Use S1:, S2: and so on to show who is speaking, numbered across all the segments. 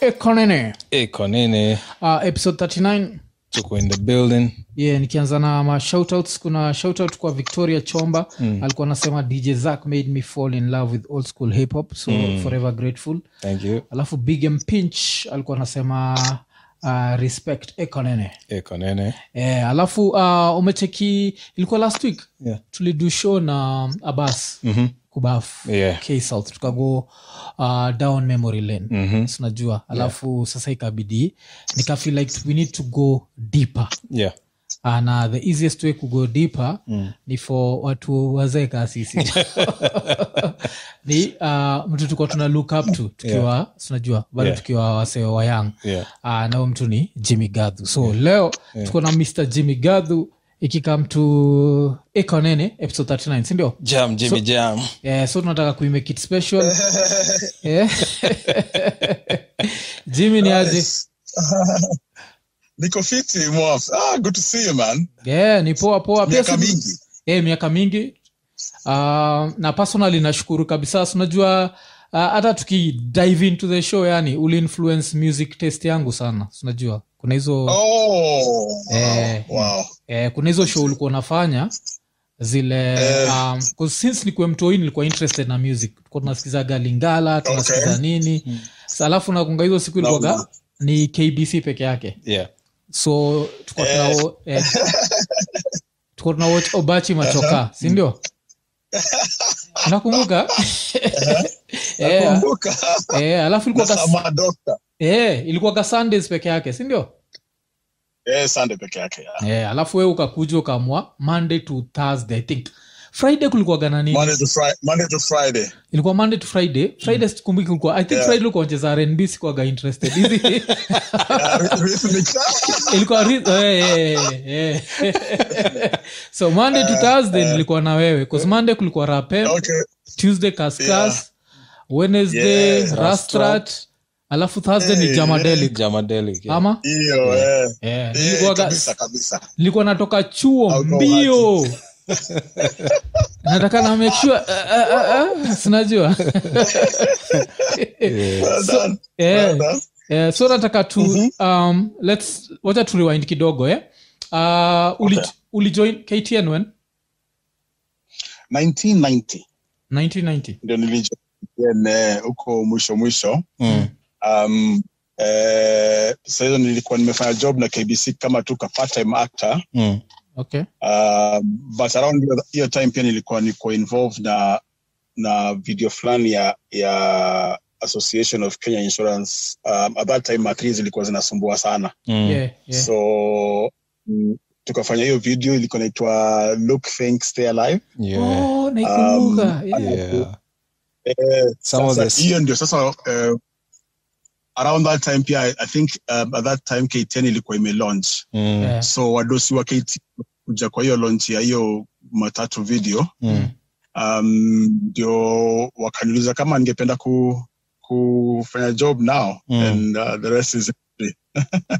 S1: ekonene
S2: ekonene
S1: uh, Eh, episode 39
S2: tuko in the building
S1: yeah nikianza na ma shoutouts kuna shoutout kwa victoria chomba mm. alikuwa anasema dj zack made me fall in love with old school hip hop so mm. forever grateful
S2: thank you
S1: alafu big m pinch alikuwa anasema uh, respect ekonene
S2: ekonene
S1: yeah, alafu uh, umecheki ilikuwa last week
S2: yeah.
S1: tulidu show na um, abas
S2: mm-hmm.
S1: kubaf
S2: Yeah.
S1: ksouth tukago uh, down memory lane
S2: Mhm.
S1: sinajua alafu sasa ikabidi nikafeel like we need to go deeper
S2: yeah
S1: uh, na the easiest way kugo deeper
S2: Mm.
S1: ni for watu wazee kaa sisi ni uh, mtu tukuwa tuna look up to tukiwa sinajua bado
S2: Yeah.
S1: tukiwa wasee wa young
S2: yeah
S1: uh, nao mtu ni jimmy gadhu so leo tuko na mr jimmy gadhu ikikam to ekonene episode 39 sindio
S2: jam jimmy jam
S1: yeah, so tunataka kuimake it special yeah. jimmy ni aje
S3: niko fiti Mwaf. ah, good to see you man
S1: yeah, ni poa poa pia
S3: miaka
S1: si-
S3: mingi
S1: eh, miaka mingi uh, na personally nashukuru kabisa sunajua uh, hata tuki dive into the show yani uliinfluence music taste yangu sana sunajua kuna hizo
S3: oh,
S1: Eh.
S3: wow. wow.
S1: eh, kuna hizo show ulikuwa unafanya zile
S3: Eh.
S1: um, 'cause since nikuwe mtoi nilikuwa interested na music tulikuwa tunasikizaga lingala tunasikiza
S3: Okay.
S1: nini Sa alafu nakunga hizo siku ilikuwaga
S3: Naam.
S1: ni kbc peke yake
S2: yeah
S1: so tulikuwa tunao- eh, tulikuwa tuna watch obachi machoka
S3: Uh-huh.
S1: sindio nakumbuka eh,
S3: Uh-huh. nakumbuka
S1: eh, alafu ilikuwa
S3: nasama dokta
S1: eh, ilikuwaga sundays peke yake sindio
S3: eh, sande peke yake yeah.
S1: yeah, Eh, alafu we ukakuja ukaamua monday to thursday i think friday kulikuwaga na nini
S3: monday to, fri- monday to friday
S1: ilikuwa monday to friday friday sikumbuki kulikuwa i think
S3: Yeah.
S1: friday ulikuwa unacheza rnb sikuwaga interested hizi
S3: Yeah, ri- rhythmic.
S1: ilikuwa ri- eh, eh, eh, eh. so monday to thursday nilikuwa na wewe bcause monday kulikuwa rapem
S3: okay
S1: tuesday kaskas
S3: Yeah.
S1: wednesday
S3: Yeah.
S1: rastrat alafu thursday ni
S3: Eh,
S1: jamadelic
S2: jamadelic yeah.
S1: ama
S3: hiyo eh.
S1: yeah.
S3: Eh,
S1: nilikuwaga-
S3: kabisa kabisa
S1: nilikuwa natoka chuo
S3: Au kwa
S1: mbio nataka na make sure, eh, eh, eh, eh, sinajua
S2: Yeah.
S3: Well done.
S1: eh,
S3: Well done. Mm-hmm.
S1: eh, so nataka tu um, let's wacha tu rewind kidogo eh? uh, uli,
S3: Okay.
S1: ulijoin ktn when
S3: 1990
S1: 1990
S3: ndio nilijo Then, eh, huko mwisho mwisho
S2: mm.
S3: um, eh, sahizo nilikuwa nimefanya job na kbc kama tu ka part time actor
S2: Mm.
S1: okay
S3: Uh, but around hiyo- hiyo time pia nilikuwa niko involved na na video fulani ya ya association of kenya insurance um, at that time matri zilikuwa zinasumbua sana
S2: Mm.
S1: yeah, yeah.
S3: so mm, tukafanya hiyo video ilikuwa inaitwa look think stay alive
S2: yeah
S1: Oh, naikumbuka
S3: um,
S1: yeah.
S2: yeah
S3: Eh,
S2: Some of
S3: sasa
S2: this-
S3: hiyo ndio sasa eh, around that time pia i I think um, at that time k10 ilikuwa imelaunch
S2: Mm.
S1: Yeah.
S3: so wadosi wa k10 kuja kwa hiyo launch ya hiyo matatu video
S2: Mm.
S3: um, ndio wakaniuliza kama ningependa ku, kufanya job now
S2: Mm.
S3: and uh, the rest is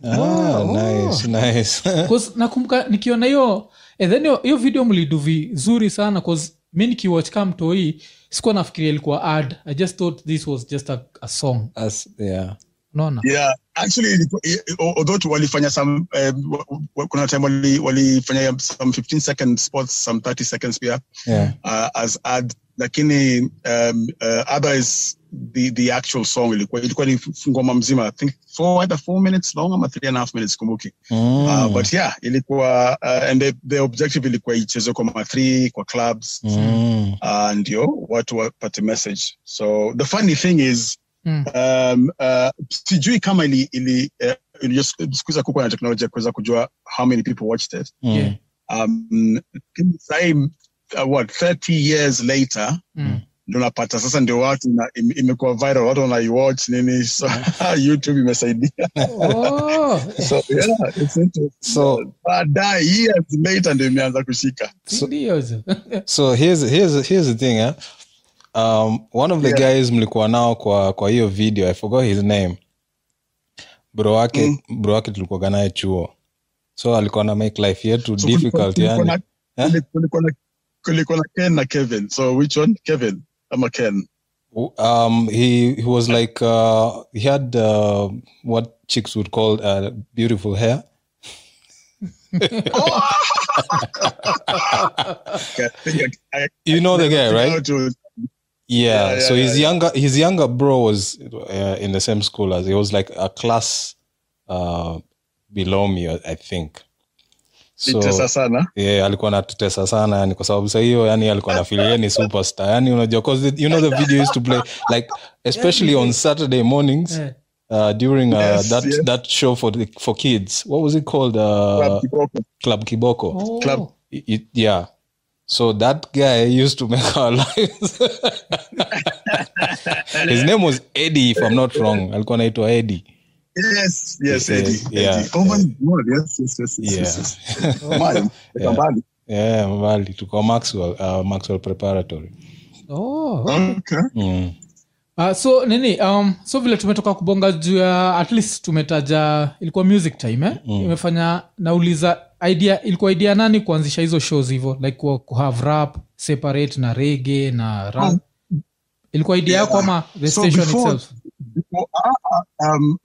S2: Ah,
S1: Oh.
S2: nice nice
S1: 'Cause nakumbuka nikiona hiyo eh, then hiyo- hiyo video mlidu vizuri sana 'cause mi nikiwatch ka mtoii sikuwa nafikiria ilikuwa ad i just thought this was just a, a song
S2: As, yeah
S1: unaona
S3: yeah actually ilikuwa- i- i- although tu walifanya some eh, wa- wa- kuna time wali- walifanya some 15 second spots some 30 seconds pia
S2: yeah
S3: uh, as ad lakini um, uh, otherwise the, the actual song ilikuwa ilikuwa ni f- ngoma mzima i think four, either four minutes long ama three and a half minutes kumbuki
S2: mm.
S1: Ah,
S3: Uh, but yeah ilikuwa uh, and the, the objective ilikuwa ichezwe kwa ma3 kwa clubs
S2: mm.
S3: uh, ndio watu wapate message so the funny thing is
S1: Mm.
S3: um, uh, sijui kama ili, ili uh, ili just- siku hizi hakukuwa na teknolojia ya kuweza kujua how many people watched it
S2: Mm.
S1: Yeah.
S3: um, sahii, uh, what 30 years later
S1: Mm.
S3: ndo napata sasa ndio watu na, im, imekuwa viral watu wanaiwatch nini so youtube imesaidia
S1: Oh,
S3: so yeah, it's interesting
S2: so
S3: baadaye years later ndio imeanza kushika
S2: So-
S1: ndio hizo.
S2: so here's here's here's the thing eh? um one of the
S3: Yeah.
S2: guys mlikuwa nao kwa kwa hiyo video i forgot his name bro wake
S3: Mm.
S2: bro wake tulikuwaga naye chuo so alikuwa na make life yetu
S3: So
S2: difficult
S3: kulikuwa- kulikuwa
S2: yani
S3: na- kulikuwa na- kulikuwa na ken na kevin so which one kevin ama ken
S2: um he he was like uh he had uh what chicks would call uh beautiful hair
S3: Oh! Okay, I think I- I-
S2: you know Oh, the guy
S3: how
S2: right
S3: to-
S2: yeah,
S3: Yeah,
S2: so
S3: yeah,
S2: his
S3: yeah,
S2: younger his younger bro was uh, in the same school as he was like a class uh below me i think
S3: nitesa sana
S2: yeah, alikuwa anatutesa sana yani kwa sababu saa hiyo yani alikuwa nafilia yeye ni superstar yani unajua 'cause the- you know the video used to play like especially on saturday mornings
S1: Eh,
S2: uh, during uh,
S3: Yes,
S2: that
S3: yes.
S2: that show for the, for kids what was it called uh,
S3: Club Kiboko.
S2: club kiboko
S1: oh.
S3: Club.
S2: It- it- yeah so that guy used to make our lives his name was eddie if i'm not wrong alikuwa anaitwa eddie
S3: yes yes
S2: Yeah,
S3: Eddie,
S2: yeah,
S3: Eddie. oh my god yes yes yes yes,
S2: yeah
S3: yes, yes. Oh Mali,
S2: Yeah.
S3: Mali.
S2: yeah mbali tuko maxwell uh, maxwell preparatory
S1: Oh.
S3: okay
S2: mm.
S1: Uh, so nini um, so vile tumetoka kubonga juu ya at least tumetaja ilikuwa music time eh? mm. imefanya nauliza idea ilikuwa idea nani kuanzisha hizo shows hivyo like ku- kuhave rap separate na rege na rap.
S3: Oh.
S1: ilikuwa idea
S3: Yeah.
S1: yako ama the
S3: So
S1: station
S3: before-
S1: itself
S3: Well, ah, ah, um,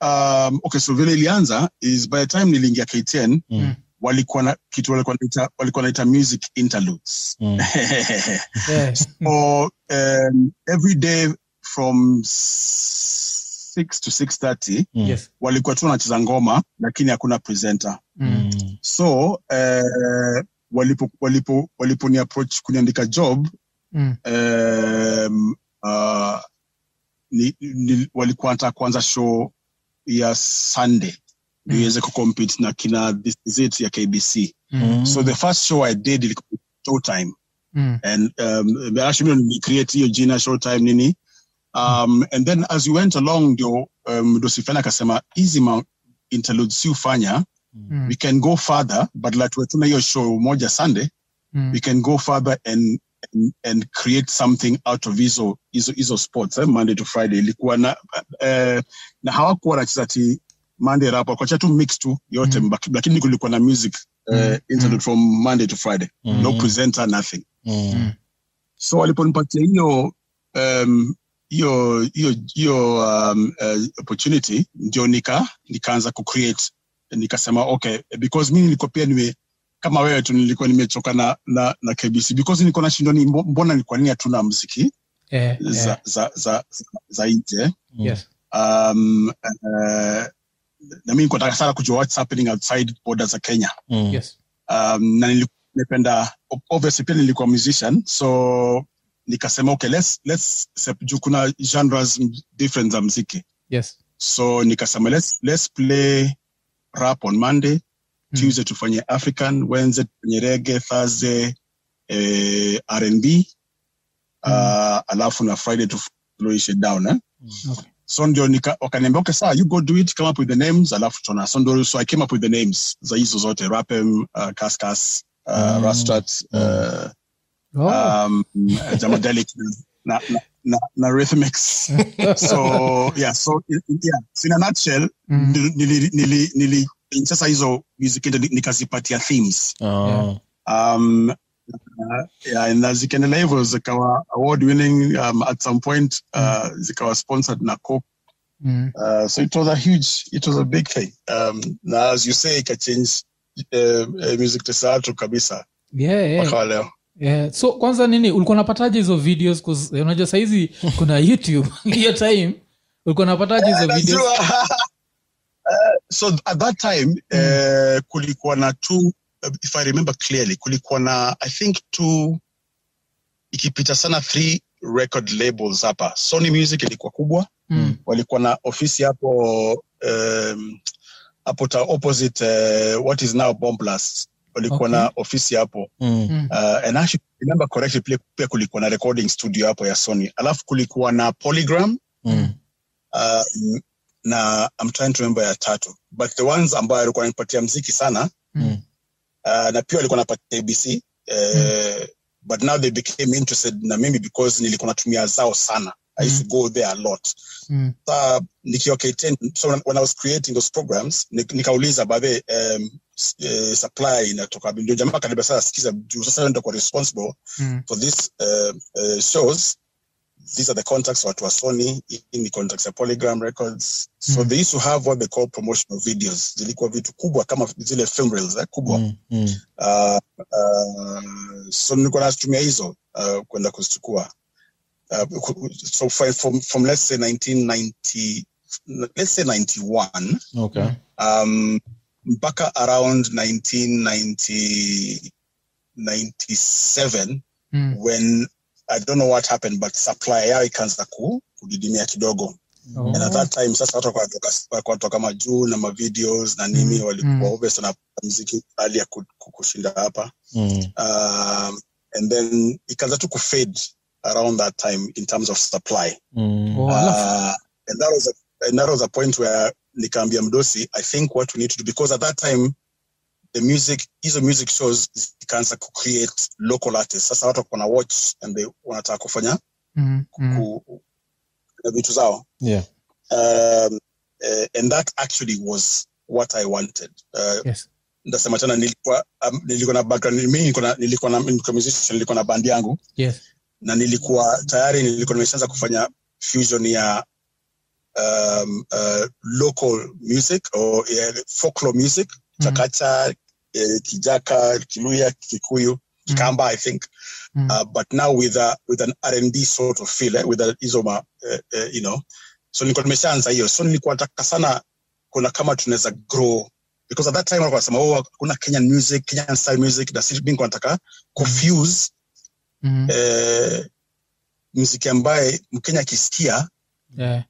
S3: um, okay so vile ilianza is by the time niliingia k10
S2: Mm.
S3: walikuwa na kitu walikuwa naita walikuwa naita music interludes
S2: Mm.
S1: yeah.
S3: or um, every day from s- 6 to 6:30
S2: Mm.
S1: yes.
S3: walikuwa tu wanacheza ngoma lakini hakuna presenter
S1: mm.
S3: so eh, walipo walipo waliponi approach kuniandika job
S1: Mm.
S3: um, uh, ni, ni, walikuwa wanataka kuanza show ya sunday ndio
S1: Mm.
S3: iweze kucompete na kina this is it ya kbc
S1: Mm.
S3: so the first show i did ilikuwa showtime
S1: Mm.
S3: and um, actually mimi nilicreate hiyo jina showtime nini um, and then as we went along ndio um, ndio sifana akasema hizi ma interludes si ufanya
S1: Mm.
S3: we can go further but like tuna hiyo show moja sunday
S1: Mm.
S3: we can go further and and, and create something out of hizo hizo hizo sports eh, monday to friday ilikuwa na eh, na hawakuwa wanacheza ti monday rap wakuacha tu mix tu yote
S1: Mm.
S3: mm. lakini kulikuwa na music
S1: Mm.
S3: eh, interlude from monday to friday
S2: Mm.
S3: no presenter nothing
S2: Mm.
S3: so waliponipatia hiyo um, hiyo hiyo hiyo um, uh, opportunity ndio nika nikaanza kucreate nikasema okay because mi nilikuwa pia nime kama wewe tu nilikuwa nimechoka na, na, na kbc because nilikuwa nashindwa ni mbo- mbona ni kwa nini hatuna mziki
S1: Eh, eh.
S3: za, za, za, za, za nje
S2: mm,
S1: Yes.
S3: um, uh, na mi nikuwa nataka sana kujua what's happening outside borders za kenya
S2: Mm.
S1: Yes.
S3: um, na nilikuwa nimependa obviously pia nilikuwa musician so nikasema okay let's, let's sep- juu kuna genres m- different za mziki
S1: Yes.
S3: so nikasema let's, let's play rap on monday
S1: Mm.
S3: tuesday tufanye african wednesday tufanye rege thursday eh, rnb
S1: Mm.
S3: uh, alafu na friday tufuluishe down eh?
S1: Okay.
S3: so ndio nika- wakaniambia okay saa you go do it come up with the names alafu tona so ndio so i came up with the names za hizo zote rapem uh, kaskas uh,
S2: Mm.
S3: rastrat uh,
S1: Oh.
S3: um, jamadelic na, na, na, na rhythmics so yeah so i- i- yeah so in a nutshell
S1: Mm.
S3: nili- nili- nili- nili- sasa hizo music ndio ni- nikazipatia themes
S2: Ah.
S3: um, uh, yeah, na zikiendelea hivyo zikawa award winning um, at some point uh, zikawa sponsored na Coke
S1: Mm.
S3: Uh, so it was a huge, it was a big thing. Um, now, as you say, it changed uh, uh, music to Sato Kabisa.
S1: Yeah, yeah.
S3: mpaka leo.
S1: Yeah. so kwanza nini ulikuwa unapataje hizo videos 'Cause, eh, unajua sahizi kuna youtube hiyo time ulikuwa unapataje hizo videos
S3: Uh, so at that time, uh, kulikuwa na two, uh, if I remember clearly, kulikuwa na, I think two, ikipita sana three record labels hapa. Sony Music ilikuwa kubwa,
S1: mm.
S3: walikuwa na ofisi hapo um, hapo ta opposite uh, what is now Bomblast. Walikuwa
S1: Okay.
S3: na ofisi hapo.
S2: Mm.
S1: Mm.
S3: uh, and actually if I remember correctly pia- pia kulikuwa na recording studio hapo ya sony alafu kulikuwa na polygram
S2: Mm.
S3: um, na I'm trying to remember ya tatu but the ones ambayo alikuwa anipatia mziki sana
S1: Mm.
S3: uh, na pia walikuwa napatia abc uh, but now they became interested na mimi because nilikuwa natumia zao sana i used to go there a lot
S1: Mm.
S3: uh, nikiwa K10, so when, when I was creating those programs ni- nikauliza baadhi um, s- eh, supply inatoka wapi? ndio jamaa akaniambia sasa sikiza juu sasa wewe ndio kwa responsible
S1: Mm.
S3: for these uh, uh, eh, shows these are the contacts watu wa sony hii ni contacts ya polygram records so
S1: Mm.
S3: they used to have what they call promotional videos zilikuwa vitu kubwa kama zile film reels eh, kubwa
S2: Mm, mm.
S3: uh, uh, so nilikuwa nazitumia hizo uh, kwenda kuzichukua uh, ku- so fi- from, from let's say 1990 let's say 91
S2: Okay.
S1: Mm.
S3: um, mpaka around 1990 97
S1: Mm.
S3: when i don't know what happened but supply yao ikaanza ku- kudidimia kidogo
S2: Mm,
S1: Oh.
S3: and at that time sasa watu walikuwa wanatoka- walikuwa wanatoka majuu na mavideos na nini
S1: Mm,
S3: walikuwa
S1: mm.
S3: obvious na mziki hali ya ku- ku- kushinda hapa
S2: Mm,
S3: um, and then ikaanza tu kufade around that time in terms of supply
S2: mm.
S1: Oh, alafu-
S3: uh, and that was a, and that was a point where nikaambia mdosi i think what we need to do because at that time the music hizo music shows zikaanza ku create local artists sasa watu wana watch and they wanataka kufanya
S1: Mm, mm.
S3: ku, na vitu zao
S2: Yeah.
S3: um, eh, and that actually was what i wanted uh,
S1: Yes.
S3: ndasema tena nilikuwa um, nilikuwa na background mimi nilikuwa na nilikuwa na nilikuwa musician nilikuwa na band yangu
S1: Yes.
S3: na nilikuwa tayari nilikuwa nimeshaanza kufanya fusion ya um, uh, local music or uh, folklore music
S1: Mm-hmm.
S3: chakacha eh, kijaka kiluya kikuyu kikamba i think
S1: Mm.
S3: uh, but now with a, with an r&d sort of feel eh, with a, hizo ma eh, eh, you know so nilikuwa nimeshaanza hiyo so nilikuwa nataka sana kuna kama tunaweza grow because at that time walikuwa wanasema oh kuna kenyan music kenyan style music na sisi mimi nilikuwa nataka kufuse
S1: Mm.
S3: eh, mziki ambaye mkenya akisikia
S1: Yeah.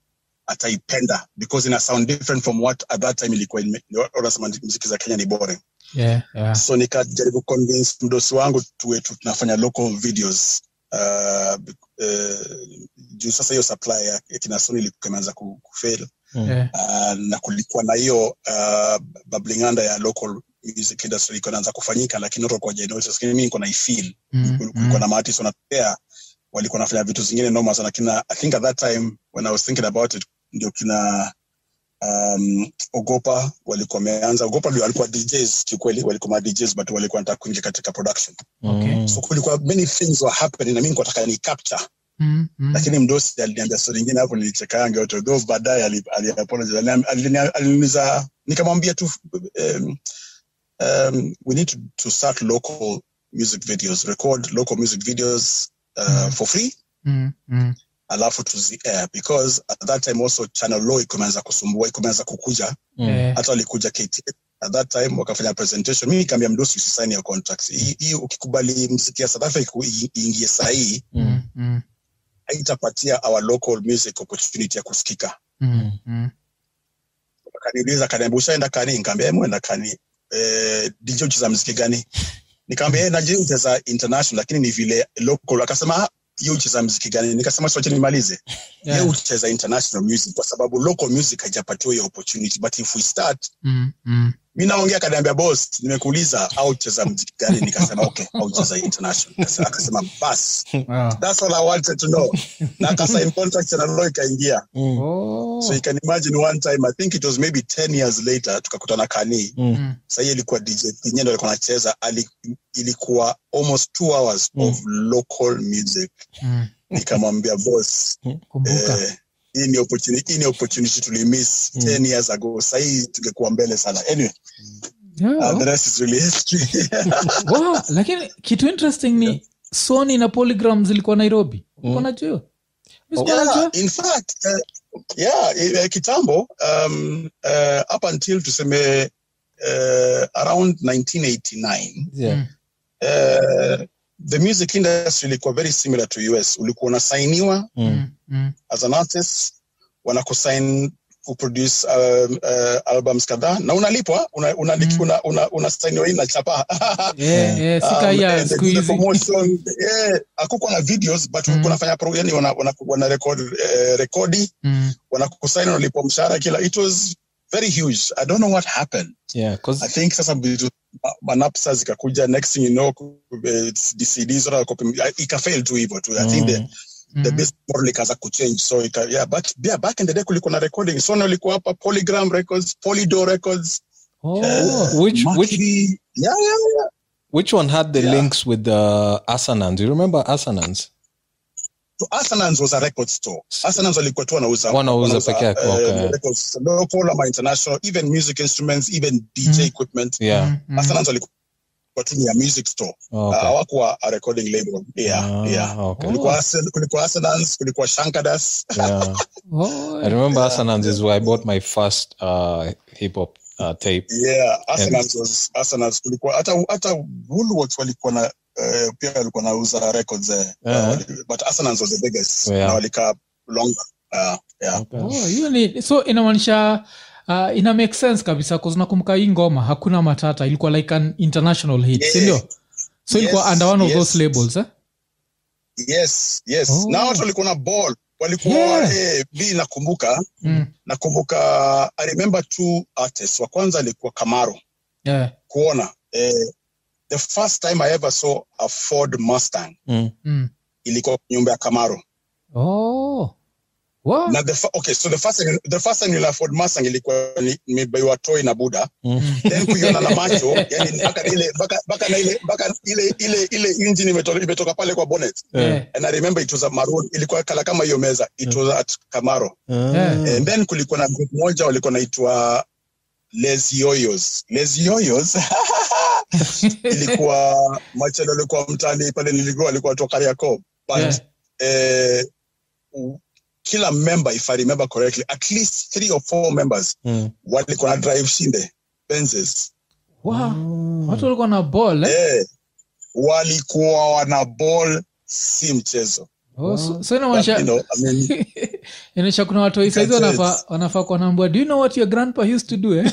S3: ataipenda because ina sound different from what at that time ilikuwa ime- wanasema ndi- mziki za kenya ni bore
S1: Yeah. Yeah.
S3: so nikajaribu convince mdosi wangu tuwe tu- tunafanya local videos uh, uh, juu sasa hiyo supply ya ya kina soni ilikuwa imeanza ku- kufail
S1: Yeah.
S3: uh, na kulikuwa na hiyo uh, bablinganda ya local music industry ilikuwa inaanza kufanyika lakini watu walikuwa hawajainotice. Lakini mimi niko naifeel
S1: Mm,
S3: Kul- kulikuwa
S1: mm.
S3: na maartist wanatokea walikuwa wanafanya vitu zingine noma sana kina i think at that time when i was thinking about it ndio kina um, ogopa walikuwa wameanza ogopa ndio walikuwa djs kiukweli walikuwa ma djs but walikuwa wanataka kuingia katika production
S1: Okay.
S2: Mm.
S3: so kulikuwa many things were happening na mimi nilikuwa nataka ni capture
S1: Mm, mm.
S3: lakini mdosi aliniambia story nyingine hapo nilicheka yangu yote though baadaye ali- ali- apologize. Aliniam- alini- aliniuliza nikamwambia tu um, um, we need to, to start local music videos record local music videos uh,
S1: Mm.
S3: for free
S1: Mm, mm.
S3: alafu tuzi air because at that time also channel law ikumeanza kusumbua ikumeanza kukuja
S2: Mm.
S1: Yeah.
S3: hata walikuja KT at that time wakafanya presentation mi nikaambia mdosi usisaini ya contract hii hii ukikubali mziki ya south africa i- iingie sahii
S2: Mm.
S1: Mm, mm.
S3: haitapatia our local music opportunity ya kusikika
S1: Mm, mm.
S3: akaniuliza akaniambia ushaenda kani nikaambia "Eh, mwenda kani eh, dj ucheza mziki gani nikaambia "Eh, najua ucheza international lakini ni vile local akasema "Ah, ye ucheza mziki gani nikasema soche nimalize yeah. ye
S1: Yeah.
S3: ucheza international music kwa sababu local music haijapatiwa hiyo opportunity but if we start
S1: Mm, mm.
S3: mi naongea akaniambia boss nimekuuliza au ucheza mziki gani nikasema okay au ucheza international Akasema- akasema bas
S1: Wow.
S3: that's all i wanted to know na akasign contract na law ikaingia
S2: Mm.
S1: Oh.
S3: so you can imagine one time i think it was maybe 10 years later tukakutana kani
S2: Mm.
S1: Mm.
S3: sahii ilikuwa dj Kinye ndo alikuwa anacheza ali- ilikuwa almost two hours
S2: Mm.
S3: of local music
S1: Mm.
S3: nikamwambia boss
S1: Kumbuka.
S3: eh, hii ni opportunity hii ni opportunity tulimiss
S2: Mm.
S3: 10 years ago sahii tungekuwa mbele sana anyway
S1: Yeah.
S3: uh, the rest is really history
S1: Wow, lakini kitu interesting ni sony na polygram zilikuwa nairobi
S2: Mm.
S1: ulikuwa najua
S3: yeah, in fact uh, yeah eh, eh, kitambo um, uh, up until tuseme uh, around 1989
S2: Yeah.
S3: uh, the music industry ilikuwa very similar to us ulikuwa unasainiwa
S2: Mm.
S3: as an artist wanakusign kuproduce um, uh, albums kadhaa na unalipwa una, una,
S1: Mm.
S3: mm. una, una, unasainiwa hii na chapa
S1: Eh,
S3: Um,
S1: sikaya
S3: and
S1: siku
S3: the
S1: hizi
S3: promotion, eh, hakukuwa na videos but
S1: Mm.
S3: mm. kunafanya yani wana, wana, wana record, eh, rekodi
S1: Mm,
S3: wanakusaini unalipwa mshahara kila it was very huge i don't know what happened
S2: Yeah, 'cause-
S3: I think sasa vitu manapsa zikakuja next thing you know eh, DCD zote wako- eh, ikafail tu hivyo tu i think the,
S2: Mm.
S3: the
S1: mm.
S3: best model ikaanza kuchange so ika, yeah, but yeah, back in the day kulikuwa na recording so ulikuwa hapa polygram records polydor records
S1: Oh,
S3: eh,
S2: Which- which-
S3: Macri. yeah, yeah, yeah.
S2: Which one had the
S3: Yeah.
S2: links with the Asanans? You remember Asanans?
S3: So Asanans was a record store. Asanans walikuwa tu wanauza
S2: Wanauza peke yake,
S3: eh,
S2: okay.
S3: records local ama international, even music instruments, even DJ
S1: Mm.
S3: equipment.
S2: Mm-hmm. yeah Oh,
S1: Mm.
S3: Asanans walikuwa tu ni a music store.
S2: okay.
S3: Uh, hawakuwa a recording label. Yeah,
S2: Ah,
S3: yeah.
S2: okay.
S3: Kulikuwa Asan- kulikuwa Asanans, kulikuwa Shankadas.
S2: yeah.
S1: Oh,
S2: I remember Asanans is where I bought my first uh, hip hop uh, tape.
S3: Yeah, Asanans was Asanans kulikuwa hata hata Woolworths walikuwa na eh, pia walikuwa nauza records eh.
S2: Yeah.
S3: Uh, but Asanans was the biggest.
S2: Yeah.
S3: Na walikaa longer. Uh, yeah.
S1: oh, hiyo ni so inamaanisha uh, ina make sense kabisa kunakumbuka hii ngoma hakuna matata ilikuwa like an international hit
S3: Yeah.
S1: sindio so ilikuwa
S3: Yes,
S1: under one of
S3: yes.
S1: those labels eh?
S3: yes yes
S1: Oh.
S3: na watu walikuwa na ball walikuwa
S1: Yeah.
S3: eh, mi nakumbuka
S1: mm.
S3: nakumbuka i remember two artists wa kwanza alikuwa kamaro
S1: yeah.
S3: kuona eh, the first time i ever saw a ford mustang
S2: Mm.
S1: mm.
S3: ilikuwa kwa nyumba ya kamaro
S1: oh. Wow.
S3: na the, fir- okay so the first time, the first time nila ford mustang ilikuwa ni- nimebaiwa toy na buda
S2: Mm.
S3: then kuiona na macho yani mpaka ile mpaka mpaka na ile mpaka ile ile ile engine imetoka, imetoka pale kwa bonnet
S1: yeah.
S3: and i remember it was a maroon ilikuwa kala kama hiyo meza it was at camaro
S2: Ah.
S1: Yeah.
S2: Hmm.
S3: and then kulikuwa na group moja walikuwa naitwa Les Yoyos. Les Yoyos ilikuwa machelo alikuwa mtani pale niligua alikuwa toka Kariakoo but
S1: Yeah.
S3: eh, u- kila member if I remember correctly at least three or four members
S2: Mm.
S3: walikuwa na drive shinde Benzes
S1: Wow.
S2: Mm.
S1: watu walikuwa na ball eh?
S3: eh, walikuwa wana ball si mchezo
S1: oh, so, so
S3: But, you
S1: inamaanisha
S3: know, I mean,
S1: inaonyesha kuna watu
S3: You can
S1: wasaizi
S3: say
S1: wanafaa
S3: it's-
S1: wanafaa kuwa naambua do you know what your grandpa used to do eh?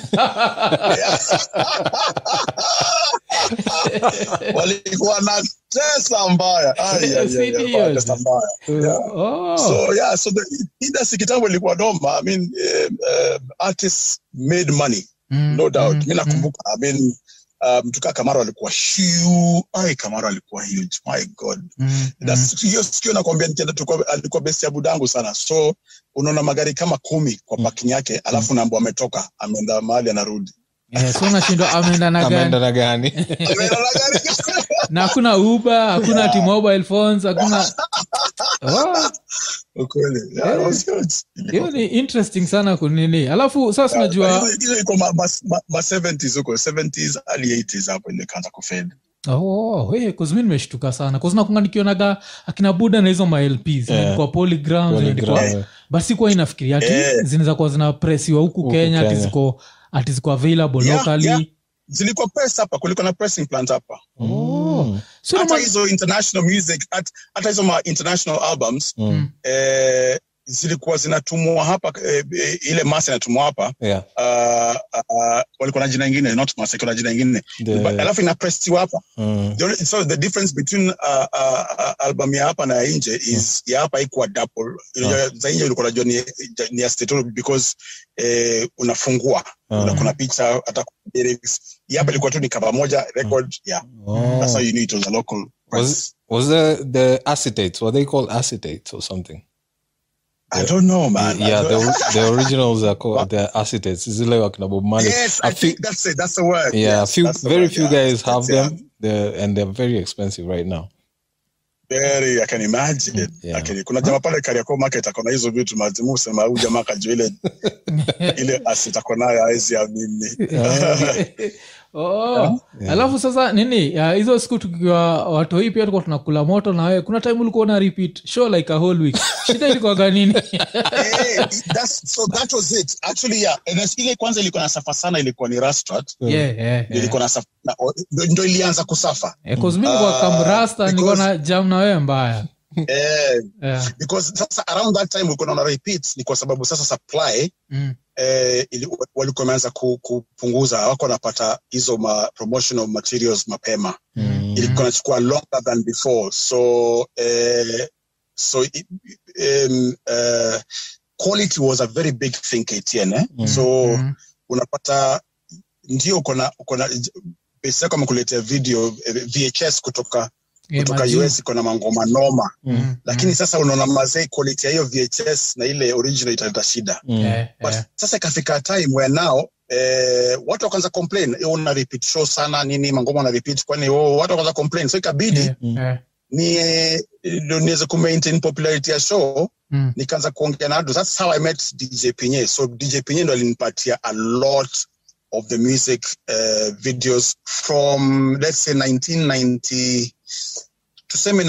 S3: walikuwa na tesa mbaya Ai, ya, ya, ya,
S1: Serious?
S3: tesa mbaya
S1: oh.
S3: So yeah, so the industry kitambo ilikuwa doma. I mean, um, uh, artists made money,
S1: mm,
S3: no doubt. Mi
S1: mm,
S3: nakumbuka, I mean, uh, mtu kaa Kamaro alikuwa huge. Ai, Kamaro alikuwa huge. My God.
S1: mm, mm.
S3: That's- Hiyo sikio nakwambia nikienda tulikuwa alikuwa besi ya budangu sana. So unaona magari kama kumi kwa
S1: Mm-hmm.
S3: parking yake, alafu naambiwa ametoka, ameenda mahali anarudi.
S1: Yeah, so unashindwa ameenda na
S2: Ameenda
S1: gani
S2: na gani?
S3: Ameenda na gari.
S1: na hakuna uber hakuna ati mobile phones hakuna oh.
S3: Ukweli. Yeah, it was huge.
S1: hiyo ni interesting sana kunini alafu sasa najua
S3: Hizo- hizo iko ma, ma, ma, ma 70s huko 70s early 80s hapo ile kaanza kufade
S1: oh, hey, kuzmi nimeshtuka sana kuznakunga nikionaga akina buda na hizo malps
S2: Yeah.
S1: yeah. kwa polygram
S2: Polygram.
S1: basi kuwa inafikiria ati
S3: Eh.
S1: zinaweza kuwa zinapresiwa huku
S2: Huku
S1: kenya ati
S2: Kenya.
S1: ziko ati ziko available
S3: Yeah,
S1: locally
S3: yeah. zilikuwa press hapa kulikuwa na pressing plant hapa
S2: Mm.
S1: Oh. So
S3: hata
S1: nama-
S3: hizo international music hat- hata hizo ma international albums
S1: Oh.
S2: Mm.
S3: eh, zilikuwa zinatumwa hapa eh, eh, ile mas inatumwa hapa
S2: Yeah.
S3: uh, uh, walikuwa na jina ingine not mas ilikuwa na jina ingine
S2: The-
S3: But alafu inapressiwa hapa
S2: Mm.
S3: The only- so the difference between uh, uh, uh, album ya hapa na ya nje is ya hapa ikuwa double
S2: Ah.
S3: Ya- za nje ulikuwa najua ni, ni ya stereo because eh, unafungua
S2: Ah.
S3: una kuna picha hata kuna lyrics ya hapa ilikuwa tu ni cover moja record yeah
S2: Oh.
S3: that's how you knew it was a local press
S2: Was was the the acetates? Were they called acetates or something?
S3: I don't know man I
S2: yeah,
S3: don't-
S2: the, the originals are called the acetates. Zile wa kina Bob Marley.
S3: yes
S2: A
S3: I
S2: few-
S3: think that's it that's the word
S2: yeah,
S3: yes,
S2: a few
S3: that's the
S2: very
S3: word,
S2: few
S3: yeah.
S2: guys have
S3: That's- yeah.
S2: them. They're, and they're very expensive right now.
S3: very I can imagine
S2: Yeah.
S3: I can- kuna jamaa pale Kariakoo market akona hizo vitu mazimu usema huyu jamaa kajua ile ile asset ako nayo hawezi amini
S2: Mm.
S1: Oh. alafu sasa nini ya, hizo siku tukiwa watoi pia tukuwa tunakula moto na wewe kuna time ulikuwa una repeat show like a whole week shida ilikuwaga nini
S3: Eh, that's- so that was it actually yeah And that's- ile kwanza ilikuwa na safa sana ilikuwa ni rastrat
S1: Yeah, yeah, yeah.
S3: ilikuwa na safa na- o- ndo- ndo ilianza kusafa
S1: Eh, 'cause mi nilikuwa
S3: Ah,
S1: kamrasta nilikuwa
S3: because-
S1: na jam na wewe mbaya
S3: eh,
S1: yeah.
S3: because sasa around that time ulikuwa naona repeats ni kwa sababu sasa supply
S1: mm.
S3: eh, ili- walikuwa wameanza ku- kupunguza wako wanapata hizo ma, promotional materials mapema
S2: Mhm.
S1: Mm.
S3: ilikuwa inachukua longer than before so eh, so i- i- em, eh, quality was a very big thing ktn eh?
S2: Mm.
S3: so
S1: Mm.
S3: unapata ndio kona kona besi yako amekuletea video eh, vhs kutoka
S1: Eh,
S3: kutoka
S1: maji.
S3: us iko na mangoma noma
S1: Mm.
S3: lakini sasa unaona mazee quality ya hiyo vhs na ile original italeta shida
S1: Mm.
S2: Mm.
S1: Eh,
S3: but
S1: eh.
S3: sasa ikafika time where now eh, watu wakaanza complain "Eh, una repeat show sana nini mangoma una repeat kwani oh, watu wakaanza complain so ikabidi
S1: Eh,
S2: Mm.
S1: eh.
S3: ni ndio niweze kumaintain popularity ya show
S1: Mm.
S3: nikaanza kuongea na Adu. That's how I met DJ Pinye. So DJ Pinye ndo alinipatia a lot of the music uh, videos from let's say 1990 tuseme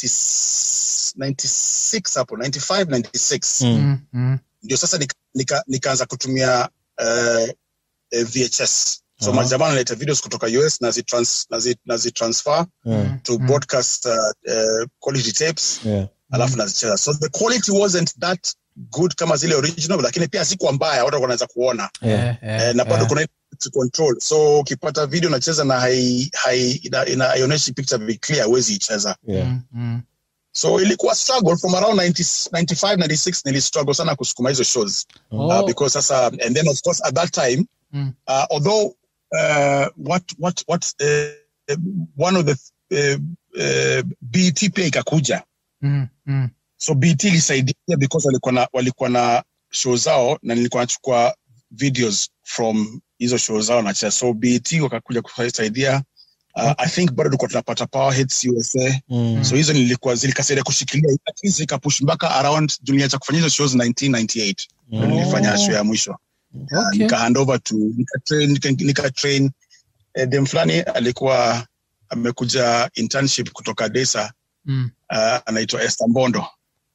S3: 1990 96 hapo 95 96
S2: Mm.
S1: Mm, mm.
S3: ndio sasa nika- nika- nikaanza kutumia uh, eh, VHS so
S2: Aha.
S3: majamaa naleta videos kutoka US na zitrans, na zi, na zitransfer
S2: Yeah.
S3: to
S1: Mm.
S3: broadcast uh, uh, quality tapes
S2: Yeah.
S1: Hmm.
S3: alafu nazicheza so the quality wasn't that good kama zile original lakini pia sikuwa mbaya watu wanaweza kuona
S2: Yeah.
S1: Eh, eh,
S3: eh, na bado
S1: eh.
S3: kuna to control so ukipata video nacheza na hai- hai- ina- ina- haionyeshi picture very clear huwezi icheza
S2: Yeah.
S1: Mm, mm.
S3: so ilikuwa struggle from around 90, 95 96 nilistruggle sana kusukuma hizo shows uh,
S1: Oh,
S3: because sasa and then of course at that time
S1: Mm.
S3: uh, although uh, what what what uh, one of the uh, uh, BT pia ikakuja
S1: mm, mm.
S3: so BT ilisaidia because walikuwa na walikuwa na show zao na nilikuwa nachukua videos from hizo show zao nacheza so BT wakakuja kusaidia uh, I think bado tulikuwa tunapata power hits USA
S2: Mm.
S3: so hizo nilikuwa zilikasaidia kushikilia at least zikapush mpaka around dunia kufanya hizo shows 1998
S1: Oh.
S3: ndio nilifanya show ya mwisho Ah,
S1: Okay.
S3: nika hand over to nika train, nika, nika train. Eh, dem fulani alikuwa amekuja internship kutoka desa
S1: Mm.
S3: uh, anaitwa Esther Mbondo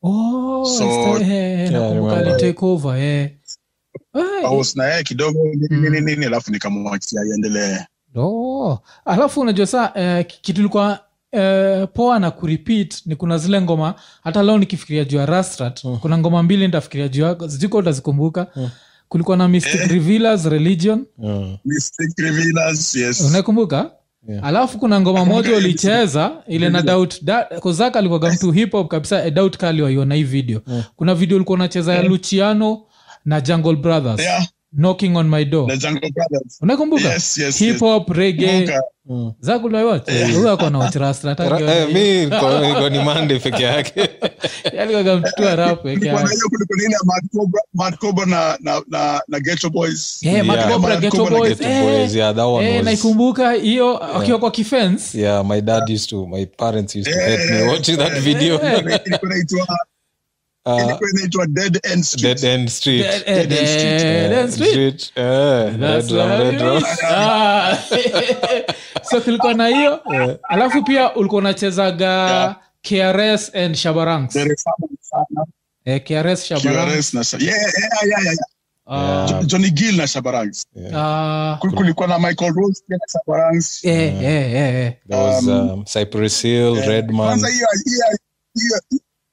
S1: Oh,
S3: So-
S1: it's the- eh, eh,
S2: Yeah, I
S1: nakumbuka
S2: remember.
S1: alitake over, eh. Eh,
S3: House na yeye kidogo nini,
S1: Mm.
S3: nini nini alafu nikamwachia iendelee
S1: Oh. Alafu unajua saa eh, ki- kitu ilikuwa eh, poa na kurepeat ni kuna zile ngoma hata leo nikifikiria juu ya Rastrat
S2: Mm.
S1: kuna ngoma mbili nitafikiria juu yako sijuka utazikumbuka
S2: Mm.
S1: kulikuwa na Mystic
S3: Eh.
S1: Revealers, Religion
S2: Yeah.
S3: Mystic Revealers, yes.
S1: unaikumbuka
S2: Yeah.
S1: alafu kuna ngoma moja ulicheza ile na doubt Da- kozaka alikuwaga mtu hip hop kabisa eh, doubt kali waiona hii video
S2: Yeah.
S1: kuna video ulikuwa unacheza ya luciano na jungle brothers
S3: Yeah,
S1: knocking on my door
S3: the Jungle Brothers.
S1: unaikumbuka
S3: Yes, yes,
S1: hip
S3: yes.
S1: hop reggae
S3: Kumbuka.
S2: Mm.
S1: zakulaiwach uako
S2: Ra- eh, mi niko- niko ni Monday peke yake
S1: Yaani mtua rap eh, peke
S3: Kulikuwa na
S1: yake
S3: hiyo, kulikuwa nini ya Mad Cobra- Mad Cobra na- na- na- na Ghetto Boys.
S1: Eh, Mad
S2: Yeah.
S1: Cobra,
S3: Mad
S1: Ghetto
S3: Cobra na
S1: Boys,
S2: Ghetto
S1: eh,
S2: Boys, yeah, that one
S1: eh,
S2: was-
S1: naikumbuka hiyo wakiwa kwa kifence
S2: yeah my dad used to my parents used to hate me watching that video
S3: Ilikuwa inaitwa-
S2: uh,
S3: ilikuwa inaitwa Dead End Street.
S2: dead end street
S1: Eh, eh,
S3: Dead End Street.
S1: eh, Dead End Street.
S2: street eh, red
S1: That's
S2: drum red drum
S1: right. Ah. so kulikuwa na hiyo alafu pia ulikuwa unachezaga krs and shabarangs
S3: There is someone sana.
S1: eh, krs shabarangs
S3: QRS na Sha- yeah, yeah, yeah, yeah, yeah.
S1: Ah,
S2: Yeah.
S3: Jo- Johnny Gill na Shabarangs.
S1: ah,
S3: Kul- Kulikuwa na Michael Rose pia na Shabarangs.
S1: eh, eh, eh, eh.
S2: there was um, cypress hill redman
S3: Eh, Kwanza hiyo hiyo- hiyo-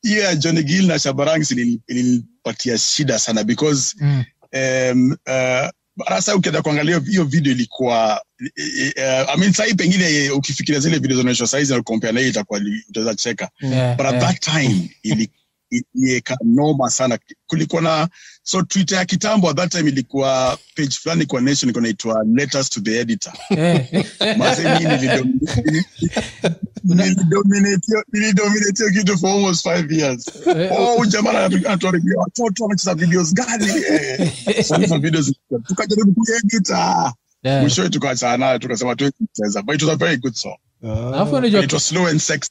S3: hiyo ya Johnny Gill na Shabarangs ilini- ilinipatia shida sana because
S1: Mm.
S3: um, uh, hasa ukienda kuangalia hiyo video ilikuwa i- i- uh, I mean sahii pengine ukifikiria zile video zinaonyeshwa saizi na compare na hii itakuwa ni- utaweza cheka
S2: Mm.
S1: Eh,
S3: but at
S1: eh.
S3: that time ili i- ilieka noma sana kulikuwa na so twitter ya kitambo at that time ilikuwa page fulani kwa nation ilikuwa inaitwa letters to the editor
S1: Eh.
S3: Mazee mimi nilidominate- nilidominate hiyo- nilidominate hiyo kitu for almost five years
S1: Eh,
S3: Oh, huyu jamaa anatu- anatuharibia watoto wamecheza videos gani Eh. So hizo videos tukajaribu kuedit ah.
S1: eh.
S3: mwishowe tukaachana nayo tukasema tucheza but it was a very good song
S2: Uh,
S1: alafu unajua
S3: it was slow and sexy